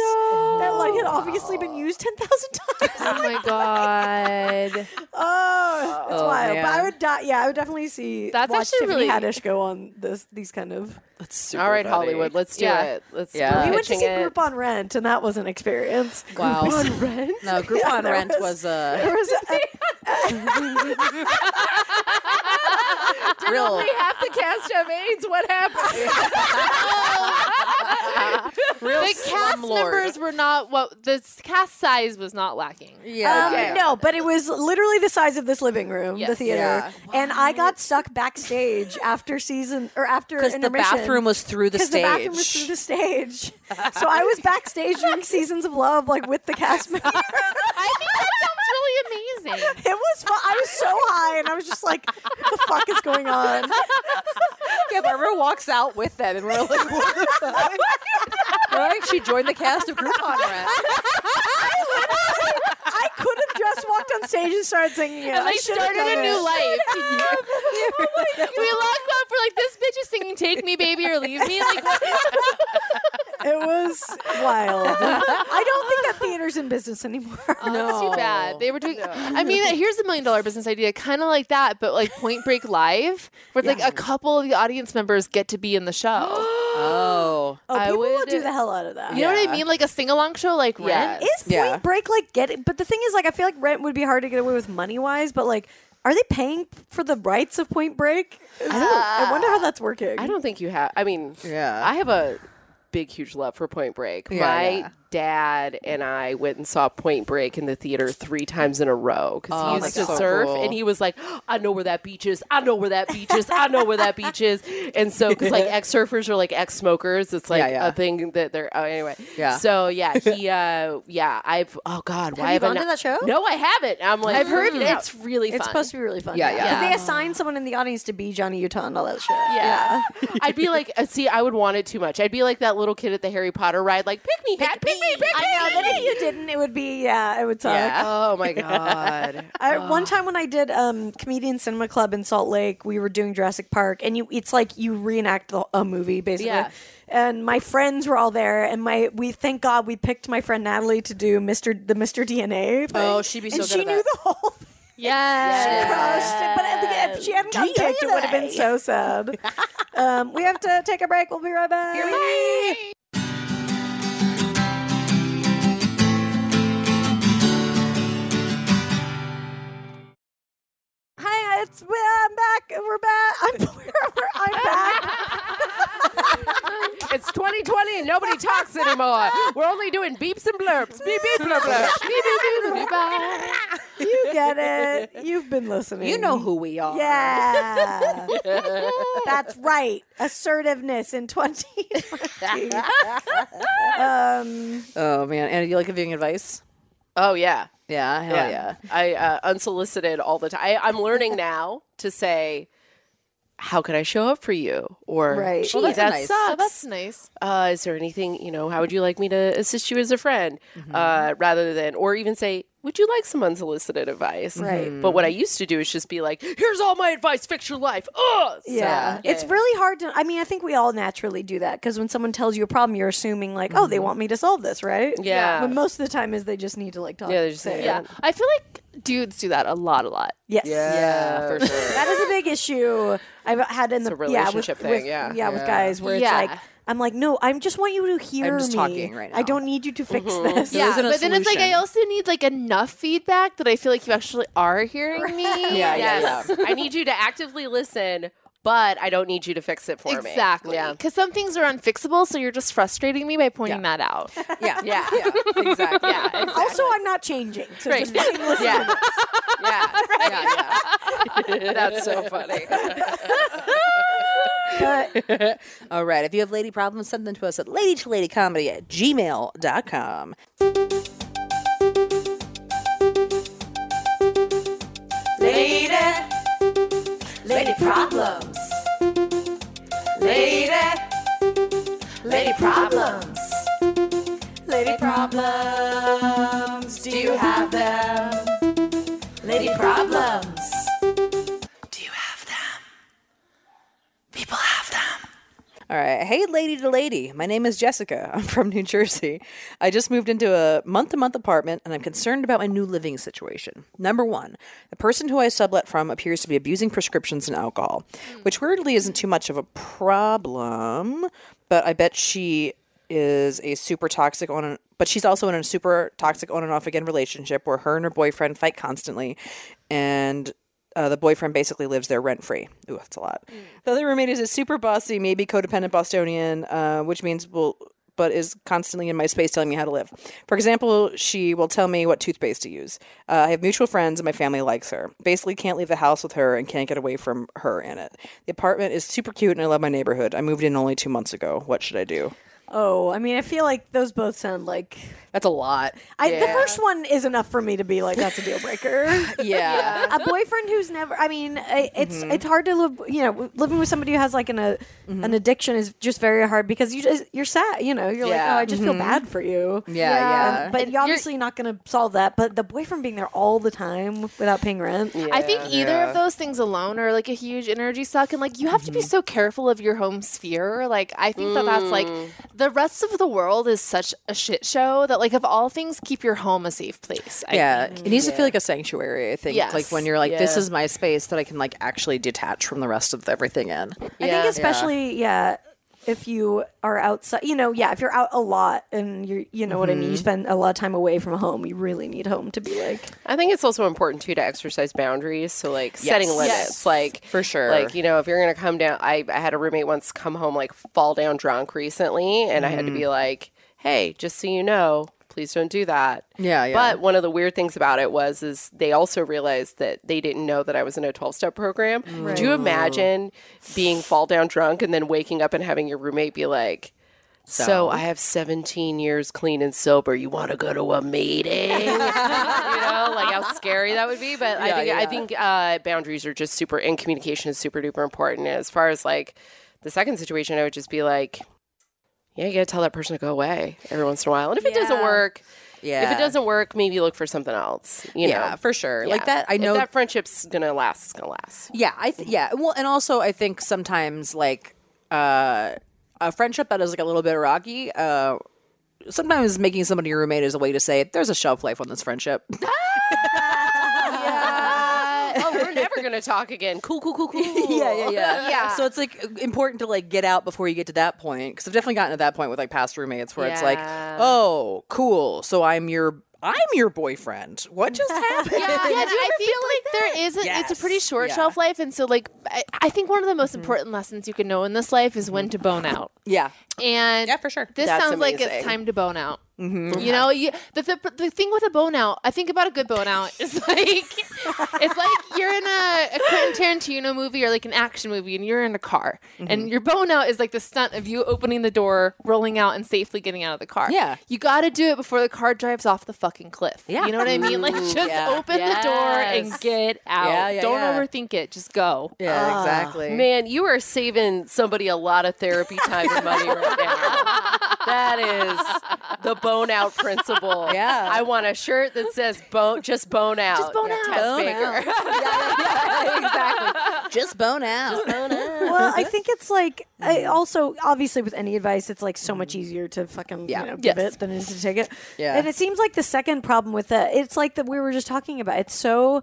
Speaker 2: that like had obviously been used ten thousand times.
Speaker 4: oh my god.
Speaker 2: Oh, that's
Speaker 3: Oh,
Speaker 2: wild. But I
Speaker 3: man.
Speaker 2: would, di- yeah, I would definitely see.
Speaker 4: That's
Speaker 2: watch
Speaker 4: actually
Speaker 2: Tiffany
Speaker 4: really-
Speaker 2: Haddish go on this these kind of.
Speaker 3: That's super
Speaker 6: All right,
Speaker 3: funny.
Speaker 6: Hollywood, let's do
Speaker 4: Yeah.
Speaker 6: it. Let's
Speaker 3: Yeah.
Speaker 6: yeah.
Speaker 2: we
Speaker 6: we
Speaker 2: went to see
Speaker 6: it.
Speaker 2: Groupon Rent, and that was an experience.
Speaker 3: Wow.
Speaker 6: Groupon rent.
Speaker 3: No, Groupon
Speaker 2: there
Speaker 3: rent
Speaker 2: was-
Speaker 3: was uh,
Speaker 2: There
Speaker 3: a
Speaker 2: was a,
Speaker 3: real
Speaker 6: Half the cast have AIDS. What happened?
Speaker 3: real
Speaker 4: The cast
Speaker 3: slumlord.
Speaker 4: members were not what the s- cast size was not lacking.
Speaker 3: Yeah.
Speaker 2: um, no, but it was literally the size of this living room, the
Speaker 4: Yes.
Speaker 2: theater,
Speaker 3: Yeah.
Speaker 2: and I got stuck backstage after season or after
Speaker 1: Because the
Speaker 2: intermission.
Speaker 1: bathroom was through the
Speaker 2: Because
Speaker 1: stage.
Speaker 2: the bathroom was through the stage, so I was backstage during Seasons of Love, like with the cast members.
Speaker 4: I think that sounds really amazing.
Speaker 2: It was fun. I was so high, and I was just like, "What the fuck is going on?"
Speaker 3: Yeah, Barbara walks out with them, and we're like, what the fuck? right? She joined the cast of Groupon Rent.
Speaker 2: I could have just walked on stage and started singing it.
Speaker 4: And
Speaker 2: I
Speaker 4: they
Speaker 2: should have
Speaker 4: started
Speaker 2: done
Speaker 4: a new
Speaker 2: it.
Speaker 4: life.
Speaker 3: Oh
Speaker 4: we locked up for like this bitch is singing "Take Me, Baby, or Leave Me." Like, what-
Speaker 2: It was wild. I don't think that theater's in business anymore.
Speaker 4: That's
Speaker 3: Oh.
Speaker 4: too bad. They were doing. I mean, here's a million dollar business idea, kind of like that, but like Point Break Live, where it's like a couple of the audience members get to be in the show.
Speaker 3: Oh.
Speaker 2: Oh,
Speaker 6: I
Speaker 2: people will
Speaker 6: would-
Speaker 2: do the hell out of that.
Speaker 4: You know what I mean? Like a sing along show, like
Speaker 6: Yeah.
Speaker 4: Rent.
Speaker 2: Is
Speaker 3: Yeah.
Speaker 2: Point Break like get it? But the thing is, like, I feel like Rent would be hard to get away with money wise, but like. Are they paying for the rights of Point Break? Is- I, wonder how that's working.
Speaker 6: I don't think you have. I mean,
Speaker 3: Yeah.
Speaker 6: I have a big, huge love for Point Break.
Speaker 3: Yeah,
Speaker 6: My
Speaker 3: yeah.
Speaker 6: dad and I went and saw Point Break in the theater three times in a row because
Speaker 3: Oh,
Speaker 6: he
Speaker 3: that's
Speaker 6: used to
Speaker 3: so
Speaker 6: surf
Speaker 3: cool.
Speaker 6: and he was like, "I know where that beach is. I know where that beach is. I know where that beach is." And so, because like ex surfers are like ex smokers, it's like
Speaker 3: Yeah, yeah.
Speaker 6: a thing that they're. Oh, anyway.
Speaker 3: Yeah.
Speaker 6: So yeah, he. uh Yeah, I've. Oh God, why
Speaker 2: you
Speaker 6: have I
Speaker 2: gone to
Speaker 6: not-
Speaker 2: that show?
Speaker 6: No, I haven't. I'm like,
Speaker 4: I've heard
Speaker 6: "Mm,
Speaker 4: that.
Speaker 6: it's really.
Speaker 2: Hmm. It's
Speaker 6: fun.
Speaker 2: supposed to be really fun.
Speaker 3: Yeah, yeah.
Speaker 2: 'Cause they assign someone in the audience to be Johnny Utah and all that shit.
Speaker 6: Yeah. I'd be like, uh, see, I would want it too much. I'd be like that little kid at the Harry Potter ride, like, pick me, hat, pick me, pick me.
Speaker 2: I know that if you didn't, it would be yeah, it would suck.
Speaker 3: Yeah.
Speaker 6: Oh my god.
Speaker 2: I, one time when I did um, comedian cinema club in Salt Lake, we were doing Jurassic Park, and you it's like you reenact the, a movie basically.
Speaker 6: Yeah.
Speaker 2: And my friends were all there, and my we thank God we picked my friend Natalie to do Mister the Mister DNA. Thing.
Speaker 3: Oh, she'd be
Speaker 2: and
Speaker 3: so
Speaker 2: she
Speaker 3: good at
Speaker 2: knew
Speaker 3: that.
Speaker 2: the whole thing.
Speaker 4: Yes.
Speaker 2: crushed it, But at the- if she hadn't gotten picked, it would have been so sad. um, we have to take a break. We'll be right back. Hi, it's I'm back. We're back. I'm, I'm back.
Speaker 6: It's 2020 and nobody talks anymore. We're only doing beeps and blurps. Beep beep blurp blurp. Beep beep beep blurp.
Speaker 4: Bye.
Speaker 2: You get it. You've been listening.
Speaker 3: You know who we are.
Speaker 2: Yeah. That's right. Assertiveness in 20. um,
Speaker 3: Oh, man. And you like giving advice?
Speaker 6: Oh yeah.
Speaker 3: Yeah, hell yeah.
Speaker 6: I uh, unsolicited all the time. I, I'm learning now to say how could I show up for you? Or,
Speaker 2: Right.
Speaker 6: gee,
Speaker 2: Well,
Speaker 3: that's
Speaker 6: that
Speaker 3: nice.
Speaker 6: sucks.
Speaker 4: Oh, that's nice.
Speaker 6: uh, is there anything, you know, how would you like me to assist you as a friend? Uh, rather than, or even say, would you like some unsolicited advice?
Speaker 2: Right.
Speaker 6: But what I used to do is just be like, here's all my advice, fix your life. Ugh. So-
Speaker 2: Yeah. it's really hard to. I mean, I think we all naturally do that because when someone tells you a problem, you're assuming like, oh, they want me to solve this, right?
Speaker 6: Mm-hmm. Yeah.
Speaker 2: But most of the time is they just need to like talk.
Speaker 6: Yeah, they just
Speaker 2: say
Speaker 6: need
Speaker 2: it.
Speaker 6: to-
Speaker 4: Yeah. I feel like dudes do that a lot, a lot.
Speaker 2: Yes.
Speaker 6: Yeah, for sure.
Speaker 2: That is a big issue I've had in the
Speaker 6: a
Speaker 2: yeah,
Speaker 6: relationship
Speaker 2: with,
Speaker 6: thing,
Speaker 2: with-
Speaker 6: yeah.
Speaker 2: with guys where
Speaker 4: Yeah.
Speaker 2: it's like I'm like, no, I just want you to hear
Speaker 3: just
Speaker 2: me.
Speaker 3: talking right
Speaker 2: I
Speaker 3: now."
Speaker 2: don't need you to fix
Speaker 6: Mm-hmm.
Speaker 2: this.
Speaker 4: Yeah,
Speaker 3: isn't a
Speaker 4: but then it's like I
Speaker 3: solution.
Speaker 4: also need like enough feedback that I feel like you actually are hearing me.
Speaker 3: Yeah, yeah,
Speaker 6: yes. I need you to actively listen, but I don't need you to fix it for me.
Speaker 4: Exactly.
Speaker 6: Yeah.
Speaker 4: Because some things are unfixable, so you're just frustrating me by pointing that out.
Speaker 3: Yeah.
Speaker 6: Yeah.
Speaker 3: Exactly.
Speaker 6: Yeah. Exactly.
Speaker 2: Also, I'm not changing. So just fucking listen.
Speaker 6: yeah. yeah.
Speaker 3: yeah,
Speaker 6: That's so funny.
Speaker 2: But
Speaker 3: yeah. All right. If you have lady problems, send them to us at ladytoladycomedy at gmail.com.
Speaker 2: lady, lady problems. Lady, lady problems. Lady problems. Do you have them? Lady problems.
Speaker 3: All right. Hey, lady to lady. My name is Jessica. I'm from New Jersey. I just moved into a month to month apartment and I'm concerned about my new living situation. Number one, the person who I sublet from appears to be abusing prescriptions and alcohol, which weirdly isn't too much of a problem, but I bet she is a super toxic on and but she's also in a super toxic on and off again relationship where her and her boyfriend fight constantly and uh, the boyfriend basically lives there rent free. Ooh, that's a lot. The other roommate is a super bossy, maybe codependent Bostonian, uh, which means will but is constantly in my space telling me how to live. For example, she will tell me what toothpaste to use. Uh, I have mutual friends and my family likes her. Basically, can't leave the house with her and can't get away from her in it. The apartment is super cute and I love my neighborhood. I moved in only two months ago. What should I do?
Speaker 2: Oh, I mean, I feel like those both sound like.
Speaker 3: That's a lot.
Speaker 2: I, The first one is enough for me to be like, that's a deal breaker.
Speaker 3: Yeah. Mm-hmm.
Speaker 2: a boyfriend who's never i mean I, it's it's hard to live you know w- living with somebody who has like an a, an addiction is just very hard because you just you're sad you know you're like
Speaker 6: Yeah.
Speaker 2: oh i just feel bad for you
Speaker 3: Mm-hmm. Yeah, yeah.
Speaker 2: Um, but you're obviously not going to solve that but the boyfriend being there all the time without paying rent
Speaker 4: I think either of those things alone are like a huge energy suck, and like you have to
Speaker 3: Mm-hmm.
Speaker 4: be so careful of your home sphere. Like I think that that's like the rest of the world is such a shit show that like of all things, keep your home a safe place. I
Speaker 3: Yeah, it needs to feel like a sanctuary. I think, like
Speaker 4: Yes.
Speaker 3: when you're like, this
Speaker 6: Yeah.
Speaker 3: is my space that I can like actually detach from the rest of everything in.
Speaker 2: i think especially yeah. if you are outside you know yeah if you're out a lot and you're you know what i
Speaker 3: Mm-hmm.
Speaker 2: mean you spend a lot of time away from home you really need home to be like
Speaker 6: I think it's also important too to exercise boundaries. So like setting limits,
Speaker 3: Yes.
Speaker 6: like
Speaker 3: For sure.
Speaker 6: Like you know, if you're gonna come down, I, I had a roommate once come home like fall down drunk recently, and I had to be like, hey, just so you know, please don't do that.
Speaker 3: Yeah, yeah.
Speaker 6: But one of the weird things about it was is they also realized that they didn't know that I was in a 12 step program. Do you imagine being fall down drunk and then waking up and having your roommate be like. So, I have 17 years clean and sober. You want to go to a meeting? you know, like how scary that would be. But I think I think uh, boundaries are just super, and communication is super duper important. And as far as like the second situation, I would just be like, yeah, you gotta tell that person to go away every once in a while. And if it doesn't work,
Speaker 3: Yeah.
Speaker 6: if it doesn't work, maybe look for something else. You
Speaker 3: yeah,
Speaker 6: know,
Speaker 3: for sure.
Speaker 6: Yeah.
Speaker 3: Like that, I
Speaker 6: If
Speaker 3: know.
Speaker 6: that friendship's gonna last. It's gonna last.
Speaker 3: yeah, I th- yeah. Well, and also I think sometimes like uh, a friendship that is like a little bit rocky. Uh, sometimes making somebody your roommate is a way to say there's a shelf life on this friendship.
Speaker 6: oh, we're never gonna talk again. Cool, cool, cool, cool.
Speaker 3: yeah, yeah, yeah. So it's like important to like get out before you get to that point because I've definitely gotten to that point with like past roommates where it's like,
Speaker 6: Yeah.
Speaker 3: oh, cool. So I'm your I'm your boyfriend. What just happened?
Speaker 4: Yeah, yeah. Do you ever feel like, there is a, it's a pretty
Speaker 3: Yes.
Speaker 4: short
Speaker 3: Yeah.
Speaker 4: shelf life, and so like I, I think one of the most important lessons you can know in this life is when to bone out.
Speaker 3: yeah.
Speaker 4: And
Speaker 3: Mm-hmm. Yeah, for sure.
Speaker 4: This
Speaker 6: That's
Speaker 4: sounds like
Speaker 6: amazing.
Speaker 4: it's time to bone out.
Speaker 1: Mm-hmm.
Speaker 4: You know, you, the, the the thing with a bone out, I think about a good bone out is like it's like you're in a, a Quentin Tarantino movie or like an action movie and you're in a car
Speaker 1: Mm-hmm.
Speaker 4: and your bow now is like the stunt of you opening the door, rolling out, and safely getting out of the car.
Speaker 1: Yeah.
Speaker 4: You got to do it before the car drives off the fucking cliff.
Speaker 1: Yeah.
Speaker 4: You know what I mean? Like just
Speaker 1: yeah.
Speaker 4: open the door
Speaker 6: Yes.
Speaker 4: and get out.
Speaker 1: Yeah, yeah,
Speaker 4: Don't
Speaker 1: yeah.
Speaker 4: overthink it. Just go.
Speaker 1: Yeah, exactly.
Speaker 6: Man, you are saving somebody a lot of therapy time and money right now. That is the bone out principle.
Speaker 1: Yeah.
Speaker 6: I want a shirt that says bone just bone out. Just
Speaker 4: bone out.
Speaker 1: Bone out. yeah, yeah, exactly. Just bone out. Just bone out.
Speaker 2: well, I think it's like I also obviously with any advice, it's like so much easier to fucking
Speaker 1: Mm. Yeah.
Speaker 2: you know, give
Speaker 4: Yes.
Speaker 2: it than it is to take it.
Speaker 1: Yeah.
Speaker 2: And it seems like the second problem with that, it's like that we were just talking about. It's so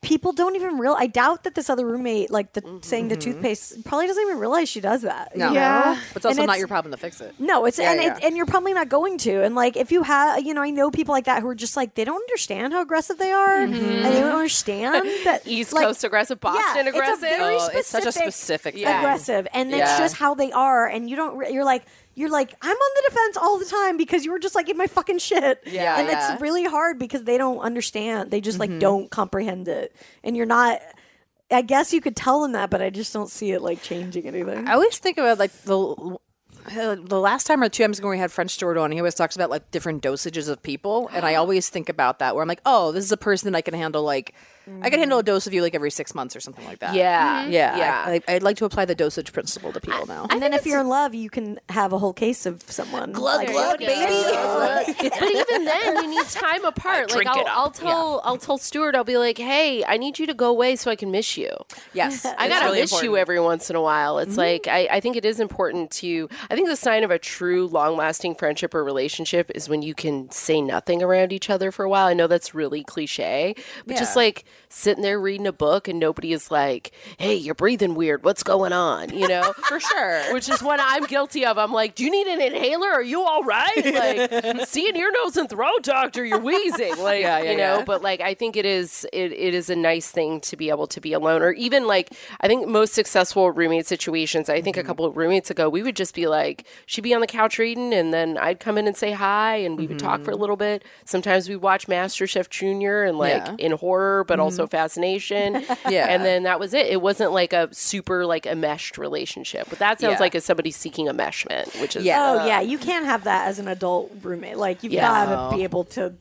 Speaker 2: people don't even real. I doubt that this other roommate, like the saying the toothpaste, probably doesn't even realize she does that.
Speaker 1: Mm-hmm. No.
Speaker 2: you
Speaker 4: Yeah.
Speaker 2: know?
Speaker 1: But it's also
Speaker 2: And
Speaker 1: not your problem to fix it.
Speaker 2: No, it's
Speaker 1: Yeah,
Speaker 2: and
Speaker 1: yeah.
Speaker 2: It, and you're probably not going to. And like if you have, you know, I know people like that who are just like they don't understand how aggressive they are. And
Speaker 1: Mm-hmm.
Speaker 2: they don't understand that
Speaker 6: East
Speaker 2: like,
Speaker 6: Coast aggressive, Boston
Speaker 2: it's a
Speaker 6: aggressive.
Speaker 2: very
Speaker 1: Oh, it's such a
Speaker 2: specific-
Speaker 1: specific
Speaker 6: Yeah.
Speaker 1: thing.
Speaker 2: aggressive and
Speaker 1: Yeah.
Speaker 2: it's just how they are and you don't re- you're like you're like i'm on the defense all the time because you were just like in my fucking shit
Speaker 1: Yeah, yeah.
Speaker 2: and
Speaker 1: Mm-hmm.
Speaker 2: it's really hard because they don't understand they just like don't comprehend it and you're not i guess you could tell them that but i just don't see it like changing anything
Speaker 1: I always think about like the uh, the last time or two times ago we had French Stewart on, he always talks about like different dosages of people, and I always think about that where I'm like, oh, this is a person that I can handle like I can
Speaker 3: Mm.
Speaker 1: handle a dose of you like every six months or something like that.
Speaker 6: Yeah.
Speaker 1: Mm-hmm. yeah,
Speaker 6: Mm-hmm. Yeah.
Speaker 1: I, I, would like to apply the dosage principle to people now.
Speaker 2: and then if you're in love you can have a whole case of someone like,
Speaker 1: glug,
Speaker 6: baby.
Speaker 4: but even then, you need time apart.
Speaker 6: Drink
Speaker 4: Like
Speaker 6: it
Speaker 4: I'll,
Speaker 6: up.
Speaker 4: I'll tell
Speaker 6: I'll tell Stuart, I'll be like, hey, I need you to go away so I can miss you.
Speaker 1: yes,
Speaker 6: I gotta miss you every once in a while.
Speaker 1: Mm-hmm.
Speaker 6: It's like I, I think it is important to I think the sign of a true long lasting friendship or relationship is when you can say nothing around each other for a while. I know that's really cliche, but just
Speaker 1: Yeah.
Speaker 6: like sitting there reading a book and nobody is like, Hey, you're breathing weird, what's going on? You know?
Speaker 1: for sure.
Speaker 6: Which is what I'm guilty of. I'm like, Do you need an inhaler? Are you all right? Like seeing your nose and throat doctor, you're wheezing. Like
Speaker 1: Yeah, yeah,
Speaker 6: you know,
Speaker 1: yeah.
Speaker 6: but like I think it is it, it is a nice thing to be able to be alone. Or even like I think most successful roommate situations, I
Speaker 1: Mm-hmm.
Speaker 6: think a couple of roommates ago, we would just be like, she'd be on the couch reading and then I'd come in and say hi and we would talk
Speaker 1: Mm-hmm.
Speaker 6: for a little bit. Sometimes we'd watch MasterChef Junior and like
Speaker 1: Yeah. Mm-hmm.
Speaker 6: in horror but also fascination.
Speaker 1: Yeah.
Speaker 6: And then that was it. It wasn't like a super like enmeshed relationship. But that sounds
Speaker 1: Yeah.
Speaker 6: like it's somebody seeking enmeshment, which is
Speaker 1: Yeah.
Speaker 2: oh yeah you can't have that as an adult roommate like you've
Speaker 6: Yeah.
Speaker 2: got to be able to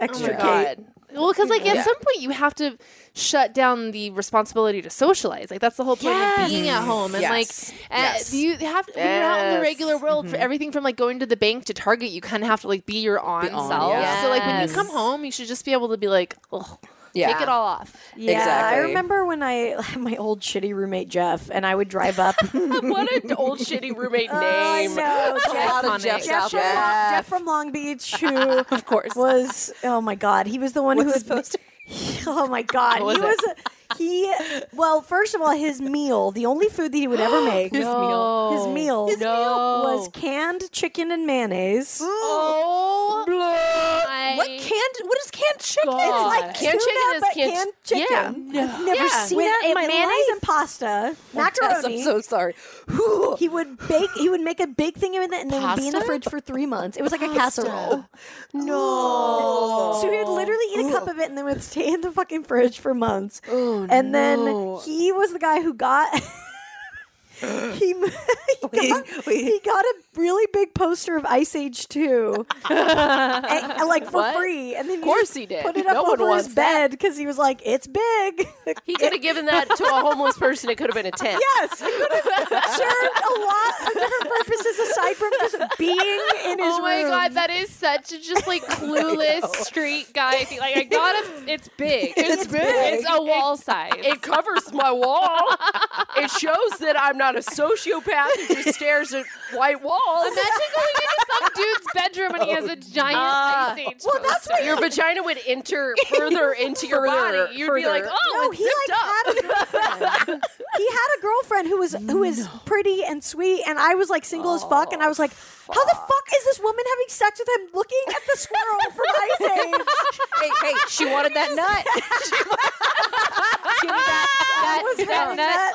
Speaker 2: extricate
Speaker 6: Oh God.
Speaker 4: Well, because like at some point you have to shut down the responsibility to socialize. Like that's the whole point of being at home, and
Speaker 1: Yes.
Speaker 4: like uh,
Speaker 1: Yes.
Speaker 4: you have to, when you're out in the
Speaker 6: Yes. Mm-hmm.
Speaker 4: regular world for everything from like going to the bank to Target. You kind of have to like be your own
Speaker 1: on,
Speaker 4: self.
Speaker 1: yeah.
Speaker 4: So like when you
Speaker 6: Yes.
Speaker 4: come home, you should just be able to be like, Ugh,
Speaker 1: Yeah.
Speaker 4: take it all off.
Speaker 2: Yeah, I
Speaker 1: Exactly.
Speaker 2: remember when I my old shitty roommate Jeff and I would drive up.
Speaker 6: what an old shitty roommate name.
Speaker 2: I know Jeff,
Speaker 1: of Jeffs
Speaker 2: Jeff,
Speaker 1: out
Speaker 2: from, Long-
Speaker 1: there.
Speaker 2: Jeff from Long Beach, who of course was oh my god, he was the one
Speaker 1: What's his
Speaker 2: who was
Speaker 1: poster?
Speaker 2: oh my god, he was a- he. Well, first of all, his meal, the only food that he would ever make, his meal, his meal, was canned chicken and mayonnaise.
Speaker 4: Oh,
Speaker 1: What canned? What is canned chicken?
Speaker 2: It's like tuna,
Speaker 6: Canned chicken is
Speaker 2: but
Speaker 6: canned-
Speaker 2: canned chicken. I've never seen
Speaker 4: With
Speaker 2: that in my
Speaker 4: mayonnaise
Speaker 2: life. and pasta,
Speaker 1: Yes,
Speaker 2: macaroni.
Speaker 1: I'm so sorry.
Speaker 2: He would bake. He would make a big thing of it, and then it would be in the
Speaker 6: Pasta?
Speaker 2: fridge for three months. It was like a casserole. No. So he would literally eat a cup of it, and then would stay in the fucking fridge for months.
Speaker 6: Oh,
Speaker 2: and then he was the guy who got. He, he, got, he got a really big poster of Ice Age 2 and- and, like for free and then of
Speaker 6: course he did.
Speaker 2: put it up
Speaker 6: No one
Speaker 2: over his
Speaker 6: wants that.
Speaker 2: bed because he was like it's big
Speaker 6: He could have given that to a homeless person. It could have been a tent.
Speaker 2: Yes, it could have served a lot of different purposes aside from just being in his
Speaker 4: Oh my
Speaker 2: room.
Speaker 4: god, that is such a just like clueless street guy thing. Like I gotta, it's big. It's, big. It's a wall size.
Speaker 6: It covers my wall. It shows that I'm not a sociopath who just stares at white walls.
Speaker 4: Imagine going into some dude's bedroom and he has a giant
Speaker 6: Ah.
Speaker 4: ice age.
Speaker 2: Well, that's
Speaker 4: poster.
Speaker 2: what
Speaker 6: Your vagina would enter further into your
Speaker 4: Further,
Speaker 6: body. You'd be like,
Speaker 4: further.
Speaker 6: oh,
Speaker 2: no,
Speaker 6: it's
Speaker 2: he
Speaker 6: zipped
Speaker 2: like
Speaker 6: up.
Speaker 2: had a girlfriend. he had a girlfriend who was who is pretty and sweet, and I was like single as fuck,
Speaker 6: Oh,
Speaker 2: and I was like, how the fuck is this woman having sex with him, looking at the squirrel from Ice Age?
Speaker 1: Hey, hey, she wanted that nut.
Speaker 6: Give me that, that,
Speaker 2: was
Speaker 4: Net, net,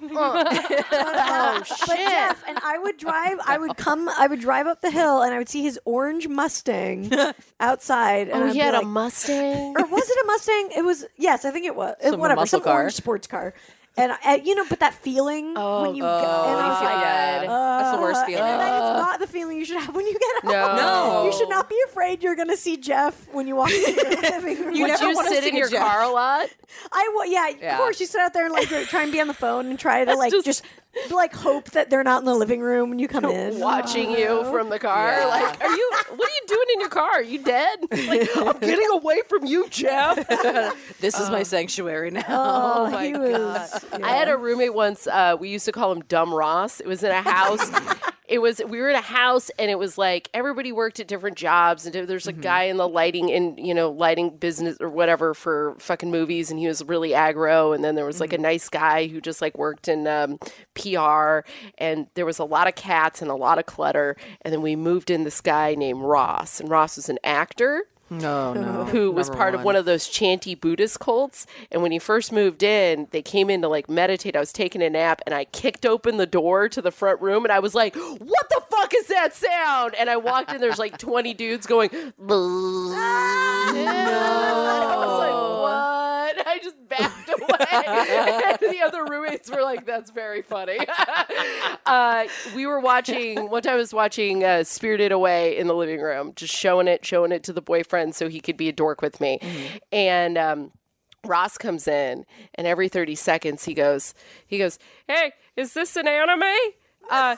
Speaker 2: Net to get. oh shit! But Jeff and I would drive. I would come. I would drive up the hill, and I would see his orange Mustang outside. And
Speaker 6: Oh,
Speaker 2: I'd be
Speaker 6: he had a
Speaker 2: like-
Speaker 6: Mustang.
Speaker 2: or was it a Mustang? It was. Yes, I think it was.
Speaker 1: Some
Speaker 2: Whatever,
Speaker 1: muscle
Speaker 2: some
Speaker 1: car.
Speaker 2: orange sports car. And I, you know, but that feeling
Speaker 1: Oh,
Speaker 2: when you go, and I was like,
Speaker 1: yeah, that's the worst
Speaker 2: uh,
Speaker 1: feeling.
Speaker 2: and that is not the feeling you should have when you get home.
Speaker 1: No.
Speaker 2: You should not be afraid you're going to see Jeff when you walk into your living room.
Speaker 1: You
Speaker 6: Would
Speaker 1: never
Speaker 6: you
Speaker 1: wanna
Speaker 6: sit
Speaker 1: see
Speaker 6: in your
Speaker 1: Jeff.
Speaker 6: car a lot?
Speaker 2: I wa- yeah,
Speaker 1: Yeah.
Speaker 2: of course. You sit out there and like try and be on the phone and try to like just, like hope that they're not in the living room when you come in.
Speaker 6: Watching you from the car,
Speaker 1: Yeah.
Speaker 6: like, are you? What are you doing in your car? Are you dead? It's Like, I'm getting away from you, Jeff.
Speaker 1: This is my sanctuary now.
Speaker 2: Oh, he was. yeah.
Speaker 6: I had a roommate once. Uh, we used to call him Dumb Ross. It was in a house. it was we were in a house, and it was like everybody worked at different jobs. And there's a guy in the lighting and you know lighting business or whatever for fucking movies, and he was really aggro. And then there was like a nice guy who just like worked in um, PR, and there was a lot of cats and a lot of clutter. And then we moved in this guy named Ross, and Ross was an actor
Speaker 1: no, no.
Speaker 6: who was
Speaker 1: Number
Speaker 6: part of
Speaker 1: one.
Speaker 6: one of those chanty Buddhist cults. And when he first moved in, they came in to like meditate. I was taking a nap and I kicked open the door to the front room and I was like, What the fuck is that sound? And I walked in, there's like 20 dudes going, I was like, What? I just backed away. and the other roommates were like, That's very funny. uh, we were watching one time I was watching uh, Spirited Away in the living room, just showing it, showing it to the boyfriend so he could be a dork with me. And um, Ross comes in, and every thirty seconds he goes, he goes, "Hey, is this an anime?" Uh,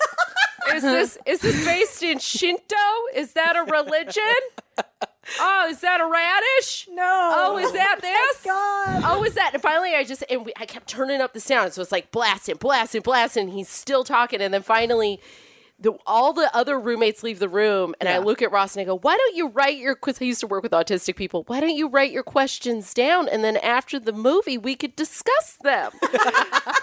Speaker 6: is this is this based in Shinto? Is that a religion? Oh, is that a radish?
Speaker 2: no.
Speaker 6: Oh, is that this?
Speaker 2: God.
Speaker 6: Oh, is that? And finally, I just and we, I kept turning up the sound, so it's like blasting, blasting, blasting. He's still talking, and then finally, the all the other roommates leave the room, and I look at Ross and I go, "Why don't you write your?" Because I used to work with autistic people. Why don't you write your questions down, and then after the movie, we could discuss them.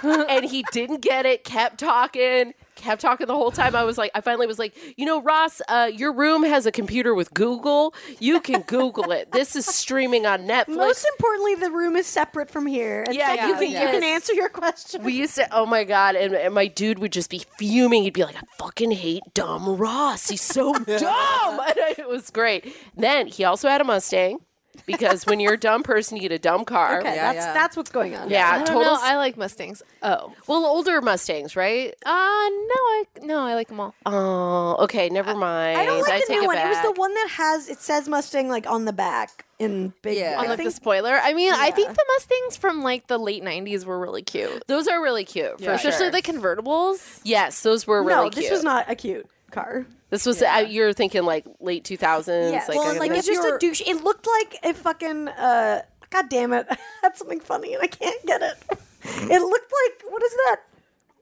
Speaker 6: and he didn't get it. Kept talking. Kept talking the whole time. I was like, I finally was like, you know, Ross, uh, your room has a computer with Google. You can Google it. This is streaming on Netflix.
Speaker 2: Most importantly, the room is separate from here. And
Speaker 6: Yeah,
Speaker 2: second,
Speaker 6: you can-
Speaker 2: you can
Speaker 6: yes.
Speaker 2: answer your question.
Speaker 6: We used to, oh my God. And, and my dude would just be fuming. He'd be like, I fucking hate dumb Ross. He's so dumb. And it was great. Then he also had a Mustang because when you're a dumb person, you get a dumb car.
Speaker 2: okay,
Speaker 6: Yeah.
Speaker 2: that's
Speaker 1: yeah.
Speaker 2: that's what's going on.
Speaker 4: I don't
Speaker 6: total.
Speaker 4: know.
Speaker 6: s-
Speaker 4: I like Mustangs. Oh.
Speaker 6: well, older Mustangs, right?
Speaker 4: Uh, no, I no, I like them all.
Speaker 6: Oh, okay. Never mind.
Speaker 2: I don't like the
Speaker 6: take
Speaker 2: new
Speaker 6: it
Speaker 2: one. It was
Speaker 6: back.
Speaker 2: the one that has it says Mustang like on the back in big.
Speaker 1: Yeah.
Speaker 2: I
Speaker 4: I like the
Speaker 2: think-
Speaker 4: spoiler. I mean, I think the Mustangs from like the late '90s were really cute,
Speaker 6: Those are really cute. For
Speaker 4: especially
Speaker 6: sure.
Speaker 4: the convertibles.
Speaker 6: yes, those were really
Speaker 2: no,
Speaker 6: cute.
Speaker 2: this was not a cute car.
Speaker 6: This was uh, you were thinking like late 2000s.
Speaker 2: Yes.
Speaker 6: Like,
Speaker 2: well,
Speaker 6: early
Speaker 2: like
Speaker 1: if
Speaker 2: it's just
Speaker 1: you're-
Speaker 2: a douche. It looked like a fucking. Uh, God damn it! I had something funny and I can't get it.
Speaker 6: Mm-hmm.
Speaker 2: It looked like what is that?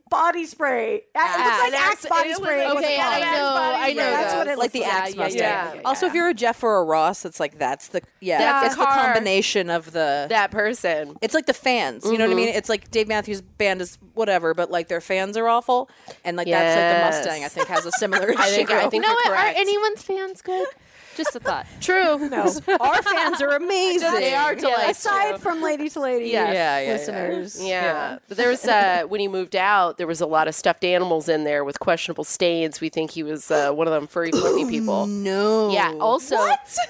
Speaker 2: Body spray. Uh, It looked like Axe
Speaker 6: Axe-
Speaker 2: body
Speaker 6: it was-
Speaker 2: spray.
Speaker 6: okay,
Speaker 2: wasn't
Speaker 6: I
Speaker 2: called Axe
Speaker 4: know,
Speaker 2: body
Speaker 4: I
Speaker 2: spray.
Speaker 4: know
Speaker 2: That's what
Speaker 4: those.
Speaker 2: it
Speaker 1: like the
Speaker 2: looked
Speaker 1: axe Mustang.
Speaker 6: yeah, yeah.
Speaker 1: Also, if you're a Jeff or a Ross, it's like that's the yeah,
Speaker 6: That's
Speaker 1: that's
Speaker 6: the
Speaker 1: the
Speaker 6: car.
Speaker 1: combination of the
Speaker 6: that person.
Speaker 1: It's like the fans, you know what I mean? It's like Dave Matthews Band is whatever, but like their fans are awful, and like that's like
Speaker 6: Yes.
Speaker 1: the Mustang. I think has a similar issue.
Speaker 6: I think I
Speaker 4: You
Speaker 6: think
Speaker 4: know
Speaker 6: you're
Speaker 4: what? Are
Speaker 6: correct.
Speaker 4: anyone's fans good? Just a thought.
Speaker 6: True.
Speaker 1: Our fans are amazing.
Speaker 6: They are
Speaker 2: like.
Speaker 6: delightful.
Speaker 2: Aside from lady to lady,
Speaker 1: Yeah,
Speaker 6: Yes.
Speaker 1: yeah, yeah.
Speaker 2: listeners.
Speaker 6: Yeah. But there was uh when he moved out, there was a lot of stuffed animals in there with questionable stains. We think he was uh, one of them furry fluffy people.
Speaker 1: No.
Speaker 6: Yeah.
Speaker 2: Oh.
Speaker 6: Also,